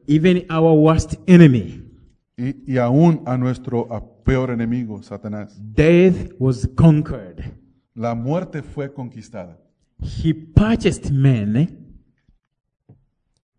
[SPEAKER 1] even our worst enemy.
[SPEAKER 2] y, y aún a nuestro a- peor enemigo, Satanás.
[SPEAKER 1] Death was conquered.
[SPEAKER 2] La muerte fue conquistada.
[SPEAKER 1] He purchased men.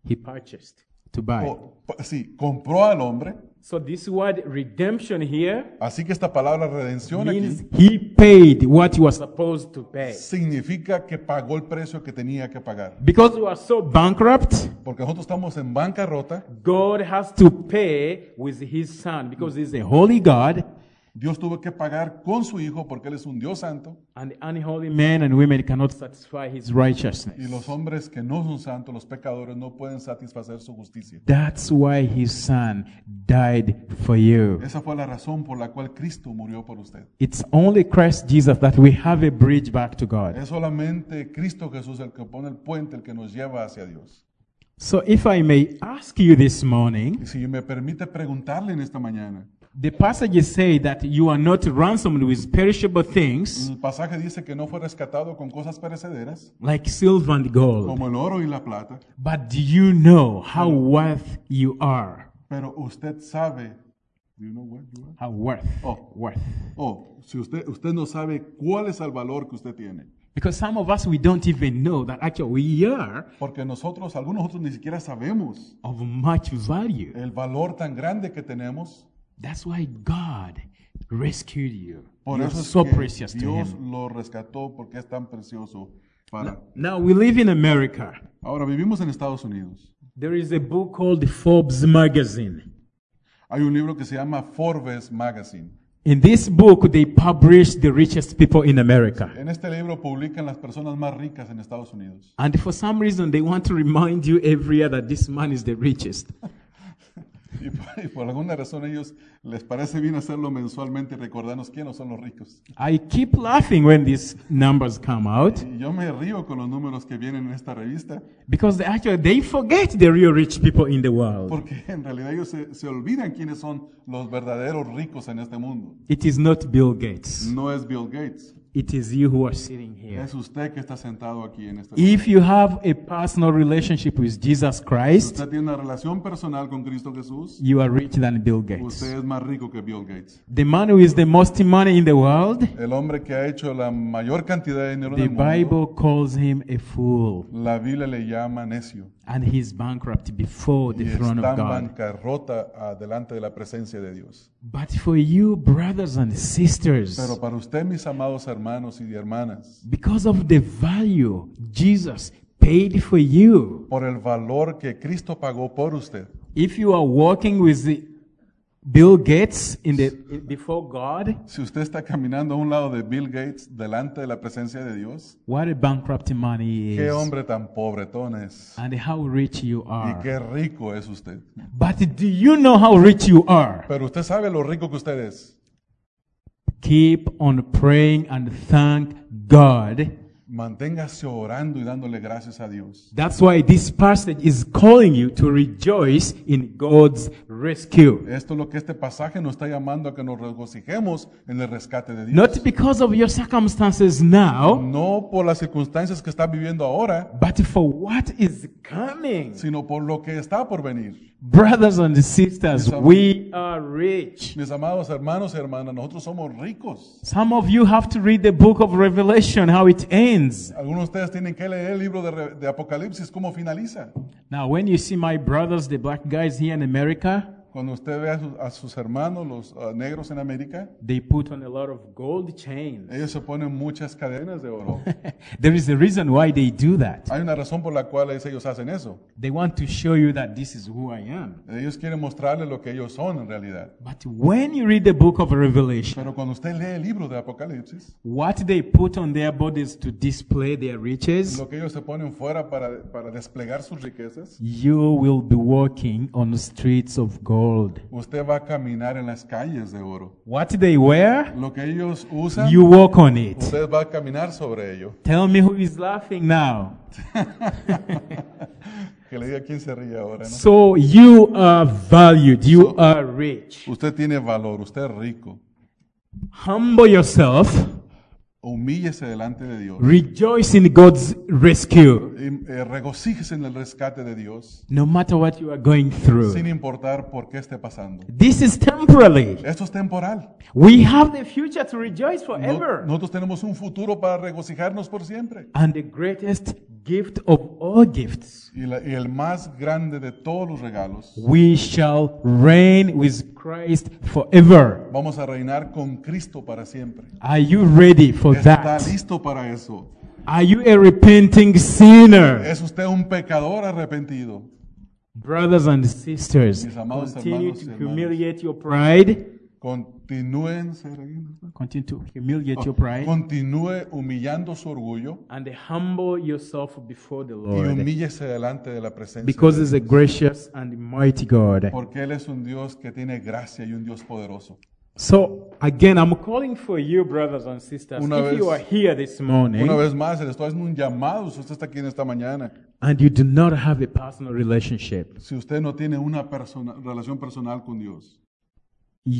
[SPEAKER 1] He purchased to buy.
[SPEAKER 2] O- pa- sí, compró al hombre.
[SPEAKER 1] Oh. So this word redemption here
[SPEAKER 2] Así que esta palabra redención
[SPEAKER 1] means
[SPEAKER 2] aquí
[SPEAKER 1] he paid what you were supposed to pay.
[SPEAKER 2] significa que pagó el precio que tenía que pagar.
[SPEAKER 1] Because we are so bankrupt,
[SPEAKER 2] Porque nosotros estamos en bancarrota.
[SPEAKER 1] God has to pay with his son because he's a holy God
[SPEAKER 2] Dios tuvo que pagar con su Hijo porque Él es un Dios santo.
[SPEAKER 1] and unholy men and women cannot satisfy his righteousness.
[SPEAKER 2] Y los hombres que no son santos, los pecadores, no pueden satisfacer su justicia.
[SPEAKER 1] That's why his son died for you.
[SPEAKER 2] Esa fue la razón por la cual Cristo murió por usted.
[SPEAKER 1] It's only Christ Jesus that we have a bridge back to God.
[SPEAKER 2] Es solamente Cristo Jesús el que pone el puente, el que nos lleva hacia Dios.
[SPEAKER 1] So if I may ask you this morning,
[SPEAKER 2] Y si me permite preguntarle en esta mañana,
[SPEAKER 1] The passages say that you are not ransomed with perishable things
[SPEAKER 2] El pasaje dice que no fue rescatado con cosas perecederas,
[SPEAKER 1] like silver and gold.
[SPEAKER 2] como el oro y la plata,
[SPEAKER 1] But do you know how worth you are?
[SPEAKER 2] pero usted sabe, Do you know what you are?
[SPEAKER 1] How worth?
[SPEAKER 2] Oh.
[SPEAKER 1] Worth.
[SPEAKER 2] Oh, si usted, usted no sabe cuál es el valor que usted tiene,
[SPEAKER 1] Because some of us, we don't even know that actually we are
[SPEAKER 2] porque nosotros, algunos otros ni siquiera sabemos
[SPEAKER 1] of much value.
[SPEAKER 2] el valor tan grande que tenemos.
[SPEAKER 1] That's why God rescued you.
[SPEAKER 2] Por
[SPEAKER 1] You're
[SPEAKER 2] eso es
[SPEAKER 1] so
[SPEAKER 2] que
[SPEAKER 1] precious to
[SPEAKER 2] Dios
[SPEAKER 1] Him.
[SPEAKER 2] lo rescató porque es tan precioso para.
[SPEAKER 1] Now we live in America.
[SPEAKER 2] Ahora vivimos en Estados Unidos.
[SPEAKER 1] There is a book called Forbes Magazine.
[SPEAKER 2] Hay un libro que se llama Forbes Magazine.
[SPEAKER 1] In this book, they publish the richest people in America.
[SPEAKER 2] En este libro publican las personas más ricas en Estados Unidos.
[SPEAKER 1] And for some reason, they want to remind you every year that this man is the richest.
[SPEAKER 2] Y por, y por alguna razón ellos les parece bien hacerlo mensualmente y recordarnos quiénes son los ricos.
[SPEAKER 1] I keep laughing when these numbers come out
[SPEAKER 2] Y yo me río con los números que vienen en esta revista
[SPEAKER 1] because they actually they forget the real rich people in the world.
[SPEAKER 2] porque en realidad ellos se, se olvidan quiénes son los verdaderos ricos en este mundo.
[SPEAKER 1] It is not Bill Gates.
[SPEAKER 2] No es Bill Gates,
[SPEAKER 1] It is you who are sitting here.
[SPEAKER 2] es usted que está sentado aquí en este
[SPEAKER 1] If you have a personal relationship with Jesus Christ,
[SPEAKER 2] Usted tiene una relación personal con Cristo Jesús.
[SPEAKER 1] you are richer than Bill Gates.
[SPEAKER 2] Usted es más rico que Bill Gates.
[SPEAKER 1] The man who is the most money in the world,
[SPEAKER 2] El hombre que ha hecho la mayor cantidad de dinero en
[SPEAKER 1] the
[SPEAKER 2] el mundo,
[SPEAKER 1] Bible calls him a fool.
[SPEAKER 2] la Biblia le llama necio.
[SPEAKER 1] and he is bankrupt before the
[SPEAKER 2] Y está
[SPEAKER 1] throne
[SPEAKER 2] en
[SPEAKER 1] of God.
[SPEAKER 2] bancarrota delante de la presencia de Dios.
[SPEAKER 1] But for you, brothers and sisters,
[SPEAKER 2] Pero para usted, mis amados hermanos y hermanas,
[SPEAKER 1] because of the value Jesus paid for you,
[SPEAKER 2] por el valor que Cristo pagó por usted,
[SPEAKER 1] if you are walking with the Bill Gates in the before God,
[SPEAKER 2] si usted está caminando a un lado de Bill Gates delante de la presencia de Dios,
[SPEAKER 1] what a bankrupt man he
[SPEAKER 2] qué
[SPEAKER 1] is,
[SPEAKER 2] hombre tan pobretón es
[SPEAKER 1] and how rich you
[SPEAKER 2] y
[SPEAKER 1] are.
[SPEAKER 2] qué rico es usted.
[SPEAKER 1] But do you know how rich you are?
[SPEAKER 2] Pero usted sabe lo rico que usted es.
[SPEAKER 1] Keep on praying and thank God.
[SPEAKER 2] Manténgase orando y dándole gracias a Dios.
[SPEAKER 1] That's why this passage is calling you to rejoice in God's rescue.
[SPEAKER 2] Esto es lo que este pasaje nos está llamando a que nos regocijemos en el rescate de Dios.
[SPEAKER 1] Not because of your circumstances now,
[SPEAKER 2] No por las circunstancias que está viviendo ahora,
[SPEAKER 1] but for what is coming.
[SPEAKER 2] sino por lo que está por venir.
[SPEAKER 1] Brothers and sisters,
[SPEAKER 2] Yes, sir.
[SPEAKER 1] we are rich.
[SPEAKER 2] Mis amados hermanos y hermanas, nosotros somos ricos.
[SPEAKER 1] Some of you have to read the book of Revelation, how it ends.
[SPEAKER 2] Algunos de ustedes tienen que leer el libro de, Re- de Apocalipsis, cómo finaliza.
[SPEAKER 1] Now, when you see my brothers, the black guys here in America,
[SPEAKER 2] Cuando usted ve a, sus- a sus hermanos, los ah, negros en América,
[SPEAKER 1] they put on a lot of gold chains.
[SPEAKER 2] ellos se ponen muchas cadenas de oro.
[SPEAKER 1] there is a reason why they do that.
[SPEAKER 2] Hay una razón por la cual es- ellos hacen eso.
[SPEAKER 1] They want to show you that this is who I am.
[SPEAKER 2] Ellos quieren mostrarle lo que ellos son en realidad.
[SPEAKER 1] But when you read the book of Revelation,
[SPEAKER 2] Pero cuando usted lee el libro de Apocalipsis,
[SPEAKER 1] what they put on their bodies to display their riches,
[SPEAKER 2] lo que ellos se ponen fuera para, para desplegar sus riquezas,
[SPEAKER 1] You will be walking on the streets of gold.
[SPEAKER 2] usted va a caminar en las calles de oro.
[SPEAKER 1] What they wear,
[SPEAKER 2] Lo que ellos usan,
[SPEAKER 1] you walk on it.
[SPEAKER 2] usted va a caminar sobre ello.
[SPEAKER 1] Tell me who is laughing now.
[SPEAKER 2] Que le diga quién se ríe ahora. ¿no?
[SPEAKER 1] So you are valued, you are rich.
[SPEAKER 2] Usted tiene valor, usted es rico.
[SPEAKER 1] Humble yourself,
[SPEAKER 2] Humíllese delante de Dios.
[SPEAKER 1] rejoice in God's rescue.
[SPEAKER 2] Y, eh, regocíjese en el rescate de Dios,
[SPEAKER 1] No matter what you are going through,
[SPEAKER 2] sin importar por qué esté pasando.
[SPEAKER 1] this is temporarily.
[SPEAKER 2] Esto es temporal.
[SPEAKER 1] We have the future to rejoice
[SPEAKER 2] No-
[SPEAKER 1] forever.
[SPEAKER 2] nosotros tenemos un futuro para regocijarnos por siempre.
[SPEAKER 1] And the greatest gift of all gifts,
[SPEAKER 2] Y, la- y el más grande de todos los regalos
[SPEAKER 1] we shall reign with Christ forever.
[SPEAKER 2] Vamos a reinar con Cristo para siempre.
[SPEAKER 1] Are you ready for
[SPEAKER 2] Está
[SPEAKER 1] that?
[SPEAKER 2] listo para eso.
[SPEAKER 1] Are you a repenting sinner?
[SPEAKER 2] Es usted un pecador arrepentido.
[SPEAKER 1] Brothers and sisters,
[SPEAKER 2] Mis amados
[SPEAKER 1] continue
[SPEAKER 2] hermanos y
[SPEAKER 1] to
[SPEAKER 2] hermanas.
[SPEAKER 1] humiliate your pride.
[SPEAKER 2] Continúen, ¿será bien?
[SPEAKER 1] Continue to humiliate
[SPEAKER 2] Oh,
[SPEAKER 1] your pride
[SPEAKER 2] continúe humillando su orgullo
[SPEAKER 1] and humble yourself before the
[SPEAKER 2] y
[SPEAKER 1] Lord
[SPEAKER 2] humíllese delante de la presencia.
[SPEAKER 1] because he's a gracious and mighty God.
[SPEAKER 2] Porque Él es un Dios que tiene gracia y un Dios poderoso.
[SPEAKER 1] So, again, I'm calling for you, brothers and sisters,
[SPEAKER 2] Una
[SPEAKER 1] if you are
[SPEAKER 2] vez-
[SPEAKER 1] here this
[SPEAKER 2] Una
[SPEAKER 1] morning
[SPEAKER 2] vez más, le estoy haciendo un llamado si usted está aquí en esta mañana.
[SPEAKER 1] and you do not have a personal relationship,
[SPEAKER 2] Si usted no tiene una persona- relación personal con Dios,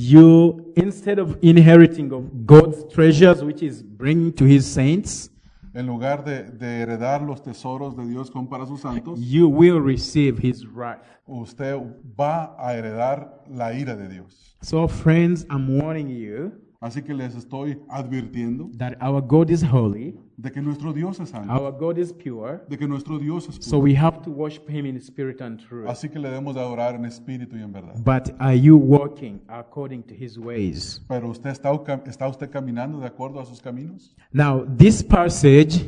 [SPEAKER 1] you, instead of inheriting of God's treasures, which is bringing to his saints,
[SPEAKER 2] En lugar de, de heredar los tesoros de Dios con para sus santos,
[SPEAKER 1] you will receive his wrath.
[SPEAKER 2] usted va a heredar la ira de Dios.
[SPEAKER 1] So friends, I'm warning you
[SPEAKER 2] Así que les estoy advirtiendo
[SPEAKER 1] that our God is holy,
[SPEAKER 2] de que nuestro Dios es santo,
[SPEAKER 1] our God is pure,
[SPEAKER 2] de que nuestro Dios es
[SPEAKER 1] so
[SPEAKER 2] puro.
[SPEAKER 1] we have to worship him in spirit and truth.
[SPEAKER 2] Así que le debemos de adorar en espíritu y en verdad.
[SPEAKER 1] But are you walking according to his ways?
[SPEAKER 2] Pero usted está, uca- está usted caminando de acuerdo a sus caminos.
[SPEAKER 1] Now, this passage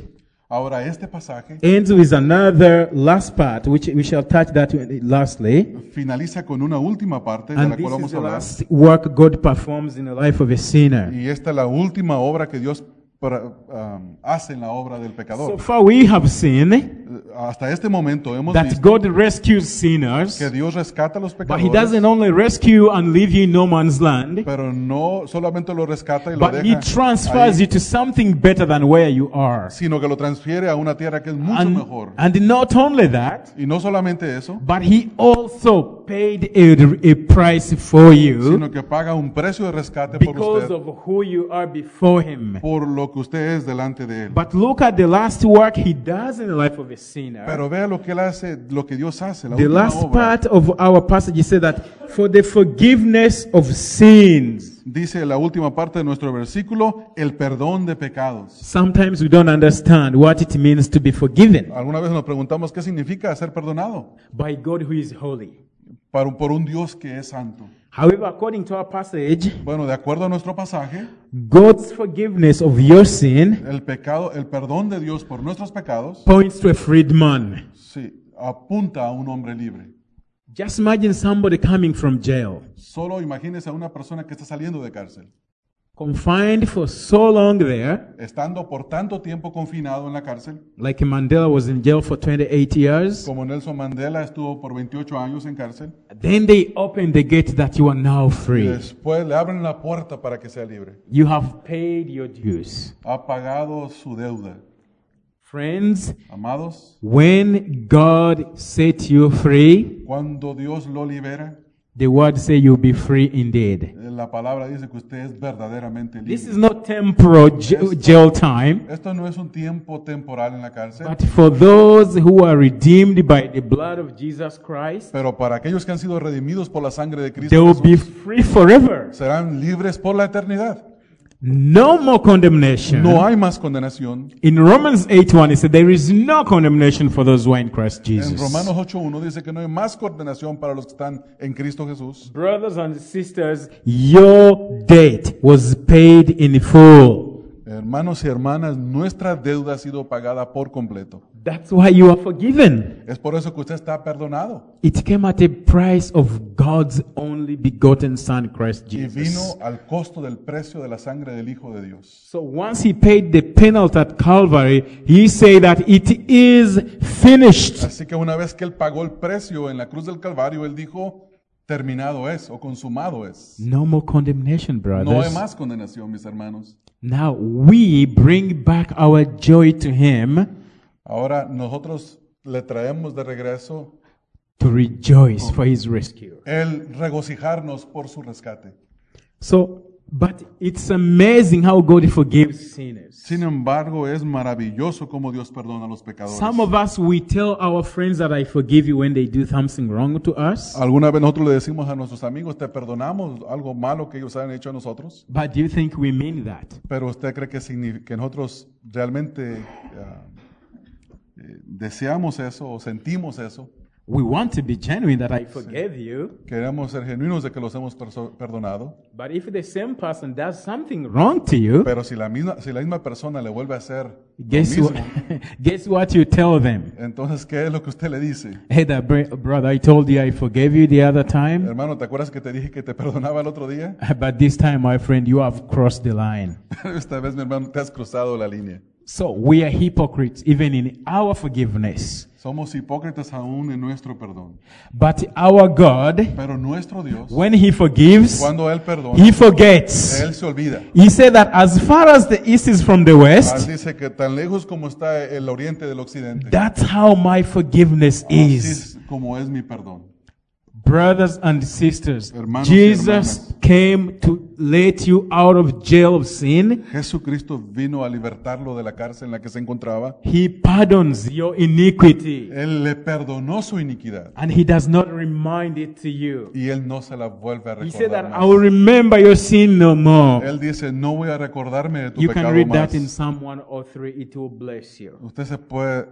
[SPEAKER 2] Ahora este pasaje
[SPEAKER 1] ends with another last part, which we shall touch that lastly.
[SPEAKER 2] finaliza con una última parte de
[SPEAKER 1] And
[SPEAKER 2] la cual
[SPEAKER 1] this is
[SPEAKER 2] vamos a
[SPEAKER 1] the
[SPEAKER 2] hablar.
[SPEAKER 1] last work God performs in the life of a sinner.
[SPEAKER 2] Y esta es la última obra que Dios para- am, hace en la obra del
[SPEAKER 1] So
[SPEAKER 2] pecador.
[SPEAKER 1] far, we have seen
[SPEAKER 2] Eh, Hasta este momento hemos
[SPEAKER 1] that
[SPEAKER 2] visto
[SPEAKER 1] God rescues sinners,
[SPEAKER 2] que Dios rescata a los
[SPEAKER 1] but He
[SPEAKER 2] pecadores,
[SPEAKER 1] doesn't only rescue and leave you in no man's land,
[SPEAKER 2] pero no solamente lo rescata y lo
[SPEAKER 1] but He
[SPEAKER 2] deja,
[SPEAKER 1] transfers
[SPEAKER 2] ahí,
[SPEAKER 1] you to something better than where you are.
[SPEAKER 2] sino que lo transfiere a una tierra que es mucho
[SPEAKER 1] And,
[SPEAKER 2] mejor.
[SPEAKER 1] and not only that,
[SPEAKER 2] Y no solamente eso,
[SPEAKER 1] but He also paid a, a price for you
[SPEAKER 2] sino que paga un precio de rescate por
[SPEAKER 1] because
[SPEAKER 2] usted,
[SPEAKER 1] of who you are before Him.
[SPEAKER 2] por lo que usted es delante de él.
[SPEAKER 1] But look at the last work He does in the life of a sinner.
[SPEAKER 2] Pero vea lo que él hace, lo que Dios hace, la
[SPEAKER 1] The
[SPEAKER 2] última
[SPEAKER 1] last
[SPEAKER 2] obra.
[SPEAKER 1] part of our passage is said that for the forgiveness of sins.
[SPEAKER 2] Dice la última parte de nuestro versículo, el perdón de pecados.
[SPEAKER 1] Sometimes we don't understand what it means to be forgiven
[SPEAKER 2] Alguna vez nos preguntamos qué significa ser perdonado
[SPEAKER 1] by God who is holy.
[SPEAKER 2] para, un- por un Dios que es santo.
[SPEAKER 1] However, according to our passage,
[SPEAKER 2] Bueno, de acuerdo a nuestro pasaje,
[SPEAKER 1] God's forgiveness of your sin
[SPEAKER 2] el pecado, el perdón de Dios por nuestros pecados,
[SPEAKER 1] points to a freed man.
[SPEAKER 2] sí, apunta a un hombre libre.
[SPEAKER 1] Just imagine somebody coming from jail,
[SPEAKER 2] Solo imagínese a una persona que está saliendo de cárcel,
[SPEAKER 1] confined for so long there,
[SPEAKER 2] estando por tanto tiempo confinado en la cárcel,
[SPEAKER 1] like Mandela was in jail for 28 years.
[SPEAKER 2] como Nelson Mandela estuvo por 28 años en cárcel,
[SPEAKER 1] Then they open the gate that you are now
[SPEAKER 2] y
[SPEAKER 1] free.
[SPEAKER 2] después le abren la puerta para que sea libre.
[SPEAKER 1] You have paid your dues.
[SPEAKER 2] Ha pagado su deuda.
[SPEAKER 1] Friends,
[SPEAKER 2] Amados,
[SPEAKER 1] when God set you free,
[SPEAKER 2] Cuando Dios lo libera,
[SPEAKER 1] the word say you'll be free indeed.
[SPEAKER 2] eh, la palabra dice que usted es verdaderamente
[SPEAKER 1] This
[SPEAKER 2] libre.
[SPEAKER 1] is not temporal j- jail time,
[SPEAKER 2] Esto no es un tiempo temporal en la cárcel,
[SPEAKER 1] but for those who are redeemed by the blood of Jesus Christ,
[SPEAKER 2] pero para aquellos que han sido redimidos por la sangre de
[SPEAKER 1] they
[SPEAKER 2] Cristo,
[SPEAKER 1] will be
[SPEAKER 2] Jesús,
[SPEAKER 1] free forever.
[SPEAKER 2] serán libres por la eternidad.
[SPEAKER 1] No more condemnation.
[SPEAKER 2] No hay más condenación.
[SPEAKER 1] In Romans 8:1 it said there is no condemnation for those who are in Christ
[SPEAKER 2] En
[SPEAKER 1] Jesus.
[SPEAKER 2] Romanos 8.1 dice que no hay más condenación para los que están en Cristo Jesús.
[SPEAKER 1] Brothers and sisters, your debt was paid in full.
[SPEAKER 2] Hermanos y hermanas, nuestra deuda ha sido pagada por completo.
[SPEAKER 1] That's why you are forgiven.
[SPEAKER 2] Es por eso que usted está perdonado
[SPEAKER 1] It came at a price of God's only begotten Son, Christ
[SPEAKER 2] y vino
[SPEAKER 1] Jesus.
[SPEAKER 2] al costo del precio de la sangre del Hijo de Dios.
[SPEAKER 1] So once he paid the penalty at Calvary, he said that it is finished.
[SPEAKER 2] Así que una vez que él pagó el precio en la cruz del Calvario, él dijo, terminado es o consumado es.
[SPEAKER 1] No more condemnation,
[SPEAKER 2] No hay
[SPEAKER 1] brothers.
[SPEAKER 2] más condenación, mis hermanos.
[SPEAKER 1] Now we bring back our joy to him
[SPEAKER 2] Ahora nosotros le traemos de regreso
[SPEAKER 1] to rejoice for his rescue.
[SPEAKER 2] el regocijarnos por su rescate.
[SPEAKER 1] So, but it's amazing how God forgives sinners.
[SPEAKER 2] Sin embargo, es maravilloso cómo Dios perdona a los
[SPEAKER 1] Some
[SPEAKER 2] pecadores.
[SPEAKER 1] of us, we tell our friends that I forgive you when they do something wrong to us.
[SPEAKER 2] Alguna vez nosotros le decimos a nuestros amigos, te perdonamos algo malo que ellos han hecho a nosotros,
[SPEAKER 1] But do you think we mean that?
[SPEAKER 2] pero usted cree que, signifi- que nosotros realmente ah, eh, deseamos eso o sentimos eso.
[SPEAKER 1] We want to be genuine that I forgive you,
[SPEAKER 2] Queremos ser genuinos de que los hemos perso- perdonado,
[SPEAKER 1] but if the same person does something wrong to you,
[SPEAKER 2] pero si la misma, si la misma persona le vuelve a hacer lo
[SPEAKER 1] guess
[SPEAKER 2] mismo,
[SPEAKER 1] what? guess what you tell them?
[SPEAKER 2] entonces ¿qué es lo que usted le dice?
[SPEAKER 1] Hey, that br- brother, I told you I forgave you the other time,
[SPEAKER 2] Hermano, ¿te acuerdas que te dije que te perdonaba el otro día?
[SPEAKER 1] but this time, my friend, you have crossed the line.
[SPEAKER 2] Esta vez, mi hermano, te has cruzado la línea.
[SPEAKER 1] So we are hypocrites even in our forgiveness.
[SPEAKER 2] Somos hipócritas aún en nuestro perdón,
[SPEAKER 1] But our God,
[SPEAKER 2] pero nuestro Dios,
[SPEAKER 1] when He forgives,
[SPEAKER 2] cuando él perdona,
[SPEAKER 1] He forgets.
[SPEAKER 2] él se olvida.
[SPEAKER 1] He said that as far as the east is from the
[SPEAKER 2] Él
[SPEAKER 1] west,
[SPEAKER 2] dice que tan lejos como está el oriente del occidente, Oh,
[SPEAKER 1] that's how my forgiveness
[SPEAKER 2] así
[SPEAKER 1] is.
[SPEAKER 2] es como es mi perdón.
[SPEAKER 1] Brothers and sisters,
[SPEAKER 2] Hermanos y
[SPEAKER 1] Jesus
[SPEAKER 2] hermanas.
[SPEAKER 1] came to let you out of jail of sin.
[SPEAKER 2] Jesucristo vino a libertarlo de la cárcel en la que se encontraba.
[SPEAKER 1] He pardons your iniquity
[SPEAKER 2] Él le perdonó su iniquidad
[SPEAKER 1] and he does not remind it to you.
[SPEAKER 2] y él no se la vuelve a
[SPEAKER 1] He said that
[SPEAKER 2] recordar.
[SPEAKER 1] I
[SPEAKER 2] más.
[SPEAKER 1] will remember your sin no more.
[SPEAKER 2] Él dice, no voy a recordarme de tu
[SPEAKER 1] You can
[SPEAKER 2] pecado
[SPEAKER 1] read
[SPEAKER 2] más.
[SPEAKER 1] that in Psalm 103. It will bless you.
[SPEAKER 2] Usted se puede,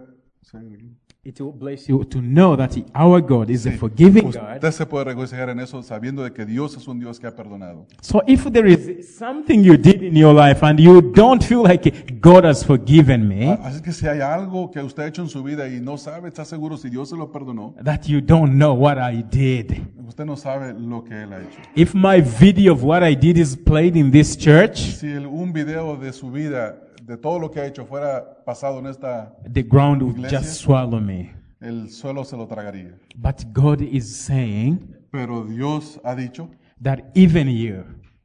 [SPEAKER 1] It will bless you to know that our God is a forgiving God.
[SPEAKER 2] usted se puede regocijar en eso sabiendo de que Dios es un Dios que ha perdonado.
[SPEAKER 1] So if there is something you did in your life and you don't feel like God has forgiven me,
[SPEAKER 2] Así que si hay algo que usted ha hecho en su vida y no sabe, está seguro si Dios se lo perdonó,
[SPEAKER 1] that you don't know what I did.
[SPEAKER 2] usted no sabe lo que él ha hecho.
[SPEAKER 1] If my video of what I did is played in this church,
[SPEAKER 2] Si el- un video de su vida, de todo lo que ha hecho, fuera pasado en esta,
[SPEAKER 1] the ground would
[SPEAKER 2] Iglesia.
[SPEAKER 1] just swallow me.
[SPEAKER 2] el suelo se lo tragaría.
[SPEAKER 1] But God is saying
[SPEAKER 2] Pero Dios ha dicho
[SPEAKER 1] that even you,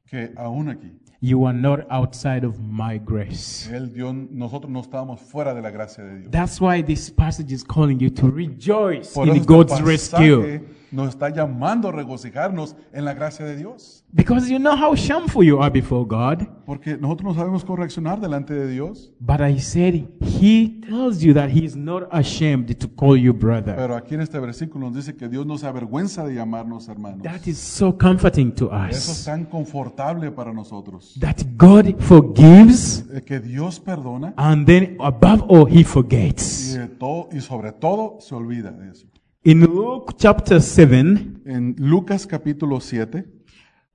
[SPEAKER 2] que aún aquí,
[SPEAKER 1] you are not outside of my grace.
[SPEAKER 2] él dio- nosotros no estábamos fuera de la gracia de Dios.
[SPEAKER 1] That's why this passage is calling you to rejoice
[SPEAKER 2] Por
[SPEAKER 1] in
[SPEAKER 2] eso este
[SPEAKER 1] God's rescue.
[SPEAKER 2] pasaje nos está llamando a regocijarnos en la gracia de Dios.
[SPEAKER 1] Because you know how shameful you are before God.
[SPEAKER 2] Porque nosotros no sabemos cómo reaccionar delante de Dios.
[SPEAKER 1] But I said, He tells you that He is not ashamed to call you brother.
[SPEAKER 2] Pero aquí en este versículo nos dice que Dios no se avergüenza de llamarnos hermanos.
[SPEAKER 1] That is so comforting to
[SPEAKER 2] Eso es
[SPEAKER 1] us.
[SPEAKER 2] tan confortable para nosotros.
[SPEAKER 1] That God forgives
[SPEAKER 2] Eh, Que Dios perdona
[SPEAKER 1] and then above all, He
[SPEAKER 2] y,
[SPEAKER 1] forgets.
[SPEAKER 2] de todo, y sobre todo se olvida de eso.
[SPEAKER 1] In Luke chapter 7,
[SPEAKER 2] En Lucas capítulo 7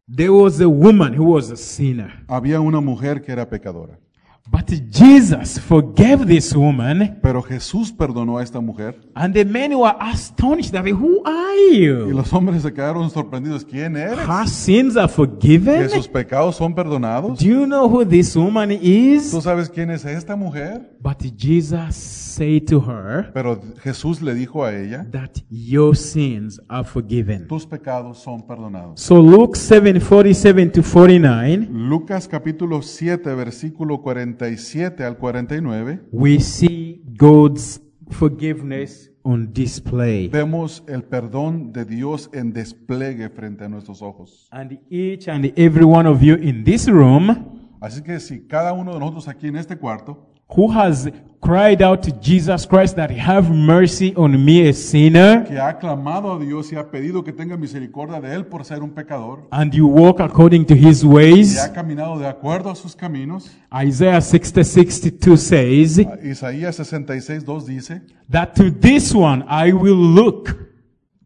[SPEAKER 1] there was a woman who was a sinner.
[SPEAKER 2] había una mujer que era pecadora.
[SPEAKER 1] But Jesus forgave this woman,
[SPEAKER 2] Pero Jesús perdonó a esta mujer
[SPEAKER 1] and the men were astonished that who are
[SPEAKER 2] y
[SPEAKER 1] you?
[SPEAKER 2] los hombres se quedaron sorprendidos. ¿Quién eres?
[SPEAKER 1] Her sins are
[SPEAKER 2] ¿Que
[SPEAKER 1] forgiven.
[SPEAKER 2] sus pecados son perdonados?
[SPEAKER 1] Do you know who this woman
[SPEAKER 2] ¿Tú
[SPEAKER 1] is?
[SPEAKER 2] sabes quién es esta mujer?
[SPEAKER 1] But Jesus said to her
[SPEAKER 2] Pero Jesús le dijo a ella,
[SPEAKER 1] that your sins are forgiven.
[SPEAKER 2] tus pecados son perdonados.
[SPEAKER 1] So Luke 7 47 to 49,
[SPEAKER 2] Lucas capítulo 7, versículo 47 al 49,
[SPEAKER 1] we see God's forgiveness on display.
[SPEAKER 2] vemos el perdón de Dios en despliegue frente a nuestros ojos.
[SPEAKER 1] And each and every one of you in this room
[SPEAKER 2] Así que si cada uno de nosotros aquí en este cuarto,
[SPEAKER 1] who has cried out to Jesus Christ that have mercy on me a sinner
[SPEAKER 2] que ha clamado a Dios y ha pedido que tenga misericordia de Él por ser un pecador,
[SPEAKER 1] and you walk according to his
[SPEAKER 2] y
[SPEAKER 1] ways,
[SPEAKER 2] ha caminado de acuerdo a sus caminos,
[SPEAKER 1] Isaiah 60 62 says
[SPEAKER 2] Isaías 66, 2 dice,
[SPEAKER 1] that to this one I will look,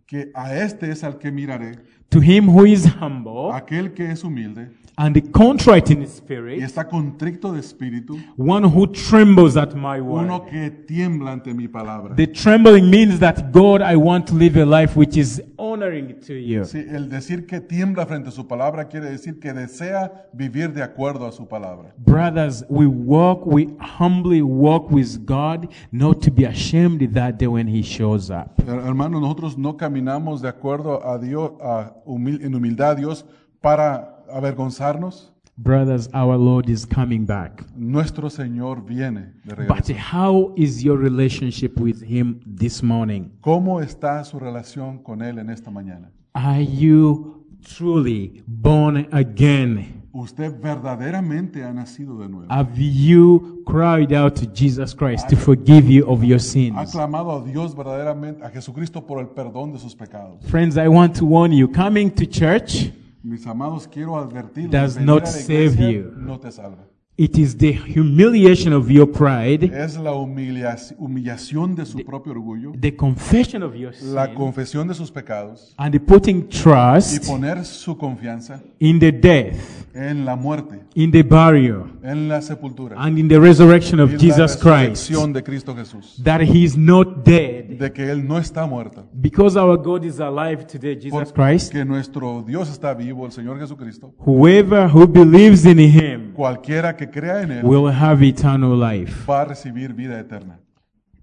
[SPEAKER 2] que a este es al que miraré,
[SPEAKER 1] to him who is humble
[SPEAKER 2] aquel que es humilde
[SPEAKER 1] and contrite in
[SPEAKER 2] y
[SPEAKER 1] spirit,
[SPEAKER 2] está contricto de espíritu,
[SPEAKER 1] one who trembles at my word.
[SPEAKER 2] uno que tiembla ante mi palabra.
[SPEAKER 1] The trembling means that God, I want to live a life which is honoring to you.
[SPEAKER 2] Sí, el decir que tiembla frente a su palabra quiere decir que desea vivir de acuerdo a su palabra.
[SPEAKER 1] Brothers, we walk, we humbly walk with God, not to be ashamed that day when He shows up.
[SPEAKER 2] Her- Hermanos, nosotros no caminamos de acuerdo a Dios, a humil- en humildad a Dios para avergonzarnos.
[SPEAKER 1] Brothers, our Lord is coming back.
[SPEAKER 2] Nuestro Señor viene de
[SPEAKER 1] But
[SPEAKER 2] regreso.
[SPEAKER 1] how is your relationship with Him this morning?
[SPEAKER 2] ¿Cómo está su relación con Él en esta mañana?
[SPEAKER 1] Are you truly born again?
[SPEAKER 2] ¿Usted verdaderamente ha nacido de nuevo?
[SPEAKER 1] Have you cried out to Jesus Christ to forgive you of your
[SPEAKER 2] ha
[SPEAKER 1] sins?
[SPEAKER 2] clamado a Dios verdaderamente, a Jesucristo por el perdón de sus pecados.
[SPEAKER 1] Friends, I want to warn you, coming to church,
[SPEAKER 2] Mis amados, quiero advertirles,
[SPEAKER 1] Does
[SPEAKER 2] venir a
[SPEAKER 1] not
[SPEAKER 2] la
[SPEAKER 1] save
[SPEAKER 2] iglesia
[SPEAKER 1] you.
[SPEAKER 2] no te salva.
[SPEAKER 1] It is the humiliation of your pride,
[SPEAKER 2] Es la humillaci- humillación de su propio orgullo,
[SPEAKER 1] the confession of your
[SPEAKER 2] la
[SPEAKER 1] sin,
[SPEAKER 2] confesión de sus pecados
[SPEAKER 1] and the putting
[SPEAKER 2] y
[SPEAKER 1] trust
[SPEAKER 2] poner su confianza
[SPEAKER 1] in the death,
[SPEAKER 2] en la muerte,
[SPEAKER 1] in the burial,
[SPEAKER 2] en la sepultura
[SPEAKER 1] and in the resurrection
[SPEAKER 2] y
[SPEAKER 1] of Jesus
[SPEAKER 2] la
[SPEAKER 1] Christ.
[SPEAKER 2] resurrección de Cristo Jesús,
[SPEAKER 1] That he is not dead.
[SPEAKER 2] de que Él no está muerto,
[SPEAKER 1] Because our God is alive today, Jesus Christ.
[SPEAKER 2] que nuestro Dios está vivo, el Señor Jesucristo.
[SPEAKER 1] Whoever who believes in him
[SPEAKER 2] Cualquiera que crea en Él
[SPEAKER 1] will have eternal life.
[SPEAKER 2] va a recibir vida eterna.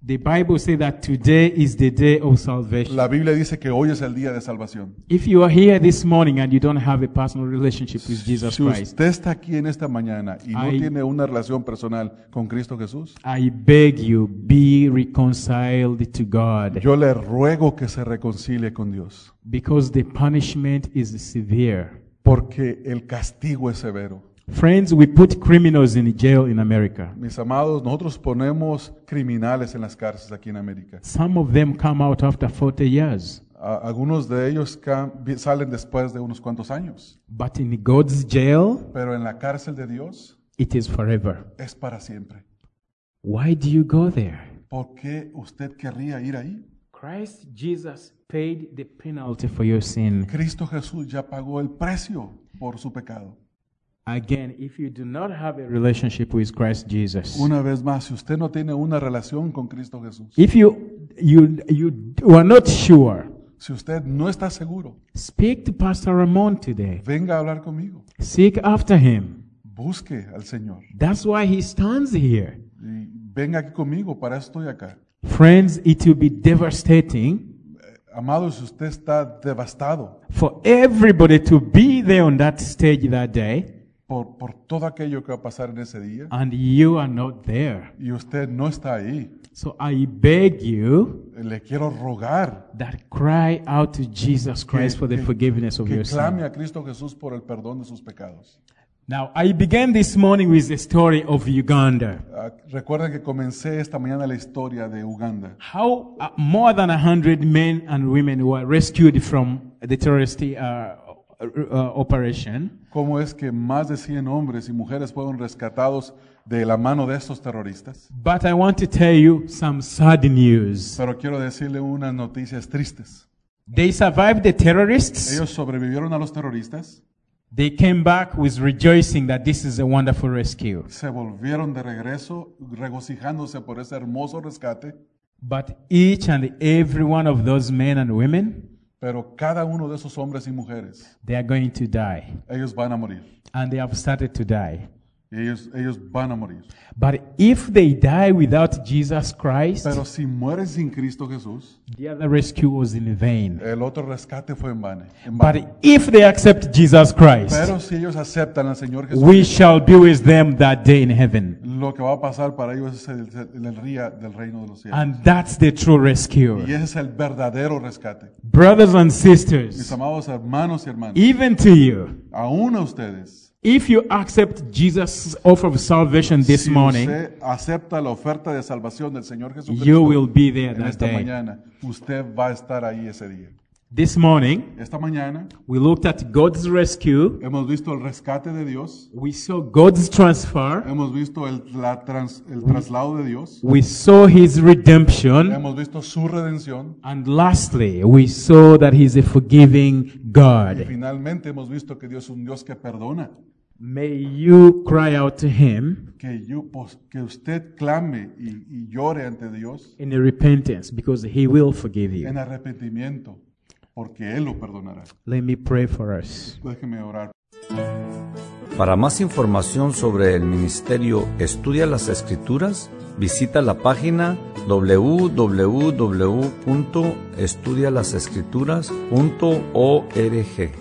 [SPEAKER 1] The Bible says that today is the day of salvation.
[SPEAKER 2] La Biblia dice que hoy es el día de salvación.
[SPEAKER 1] If you are here this morning and you don't have a personal relationship with Jesus
[SPEAKER 2] Si
[SPEAKER 1] Christ,
[SPEAKER 2] usted está aquí en esta mañana y no
[SPEAKER 1] Ay.
[SPEAKER 2] tiene una relación personal con Cristo Jesús,
[SPEAKER 1] I beg you, be reconciled to God
[SPEAKER 2] yo le ruego que se reconcilie con Dios,
[SPEAKER 1] because the punishment is severe.
[SPEAKER 2] porque el castigo es severo.
[SPEAKER 1] Friends, we put criminals in jail in America.
[SPEAKER 2] Mis amados, nosotros ponemos criminales en las cárceles aquí en América.
[SPEAKER 1] Some of them come out after 40 years,
[SPEAKER 2] A- algunos de ellos ca- vi- salen después de unos cuantos años,
[SPEAKER 1] but in God's jail,
[SPEAKER 2] pero en la cárcel de Dios
[SPEAKER 1] it is forever.
[SPEAKER 2] es para siempre.
[SPEAKER 1] Why do you go there?
[SPEAKER 2] ¿Por qué usted querría ir ahí?
[SPEAKER 1] Christ Jesus paid the penalty for your sin.
[SPEAKER 2] Cristo Jesús ya pagó el precio por su pecado.
[SPEAKER 1] Again, if you do not have a relationship with Christ Jesus,
[SPEAKER 2] Una vez más, si usted no tiene una relación con Cristo Jesús,
[SPEAKER 1] if you you you are not sure,
[SPEAKER 2] si usted no está seguro,
[SPEAKER 1] speak to Pastor Ramon today.
[SPEAKER 2] venga a hablar conmigo.
[SPEAKER 1] Seek after him.
[SPEAKER 2] Busque al Señor
[SPEAKER 1] That's why he stands here.
[SPEAKER 2] y venga aquí conmigo, para eso estoy acá.
[SPEAKER 1] Friends, it will be devastating
[SPEAKER 2] Eh, Amados, si usted está devastado
[SPEAKER 1] for everybody to be there on that stage that day
[SPEAKER 2] por, por todo aquello que va a pasar en ese día
[SPEAKER 1] and you are not there.
[SPEAKER 2] y usted no está ahí,
[SPEAKER 1] So I beg you
[SPEAKER 2] le quiero rogar
[SPEAKER 1] that cry out to Jesus Christ for the forgiveness of
[SPEAKER 2] que
[SPEAKER 1] your
[SPEAKER 2] clame
[SPEAKER 1] sin.
[SPEAKER 2] a Cristo Jesús por el perdón de sus pecados.
[SPEAKER 1] Now, I began this morning with the story of Uganda.
[SPEAKER 2] Ah, Recuerden que comencé esta mañana la historia de Uganda.
[SPEAKER 1] How uh, more than a hundred men and women were rescued from the terrorist uh, uh, operation.
[SPEAKER 2] ¿Cómo es que más de 100 hombres y mujeres fueron rescatados de la mano de estos terroristas?
[SPEAKER 1] But I want to tell you some sad news.
[SPEAKER 2] Pero quiero decirle unas noticias tristes.
[SPEAKER 1] They survived the terrorists.
[SPEAKER 2] Ellos sobrevivieron a los terroristas,
[SPEAKER 1] They came back with rejoicing that this is a wonderful rescue.
[SPEAKER 2] se volvieron de regreso regocijándose por ese hermoso rescate,
[SPEAKER 1] But each and every one of those men and women,
[SPEAKER 2] pero cada uno de esos hombres y mujeres,
[SPEAKER 1] they are going to die.
[SPEAKER 2] ellos van a morir.
[SPEAKER 1] And they have started to die.
[SPEAKER 2] Y ellos, ellos van a morir.
[SPEAKER 1] But if they die without Jesus Christ,
[SPEAKER 2] Pero si mueren sin Cristo Jesús,
[SPEAKER 1] the other rescue was in vain.
[SPEAKER 2] el otro rescate fue en vano. en vano.
[SPEAKER 1] But if they accept Jesus Christ,
[SPEAKER 2] Pero si ellos aceptan al Señor Jesús,
[SPEAKER 1] we shall be with them that day in heaven.
[SPEAKER 2] lo que va a pasar para ellos es el, el- el ría del reino de los cielos.
[SPEAKER 1] And that's the true
[SPEAKER 2] Y
[SPEAKER 1] rescue.
[SPEAKER 2] ese es el verdadero rescate.
[SPEAKER 1] Brothers and
[SPEAKER 2] Mis
[SPEAKER 1] sisters,
[SPEAKER 2] amados hermanos y hermanas,
[SPEAKER 1] even to you,
[SPEAKER 2] aún a ustedes,
[SPEAKER 1] if you accept Jesus' offer of salvation this
[SPEAKER 2] si
[SPEAKER 1] morning,
[SPEAKER 2] usted acepta la oferta de salvación del Señor
[SPEAKER 1] you
[SPEAKER 2] Jesucristo
[SPEAKER 1] will be there
[SPEAKER 2] en
[SPEAKER 1] that
[SPEAKER 2] esta
[SPEAKER 1] day.
[SPEAKER 2] mañana, usted va a estar ahí ese día.
[SPEAKER 1] This morning,
[SPEAKER 2] Esta mañana
[SPEAKER 1] we looked at God's rescue,
[SPEAKER 2] hemos visto el rescate de Dios,
[SPEAKER 1] we saw God's transfer,
[SPEAKER 2] hemos visto el, la trans- el traslado de Dios,
[SPEAKER 1] we saw His redemption.
[SPEAKER 2] hemos visto su redención
[SPEAKER 1] And lastly, we saw that He's a forgiving
[SPEAKER 2] y
[SPEAKER 1] God.
[SPEAKER 2] finalmente hemos visto que Dios es un Dios que perdona.
[SPEAKER 1] May you cry out to Him
[SPEAKER 2] Que, yo, pues, que usted clame y- y llore ante Dios
[SPEAKER 1] in repentance because He will forgive you.
[SPEAKER 2] en arrepentimiento, porque Él lo perdonará.
[SPEAKER 1] Let me pray for us.
[SPEAKER 2] Déjeme orar.
[SPEAKER 3] Para más información sobre el ministerio Estudia las Escrituras, visita la página www.estudialasescrituras.org.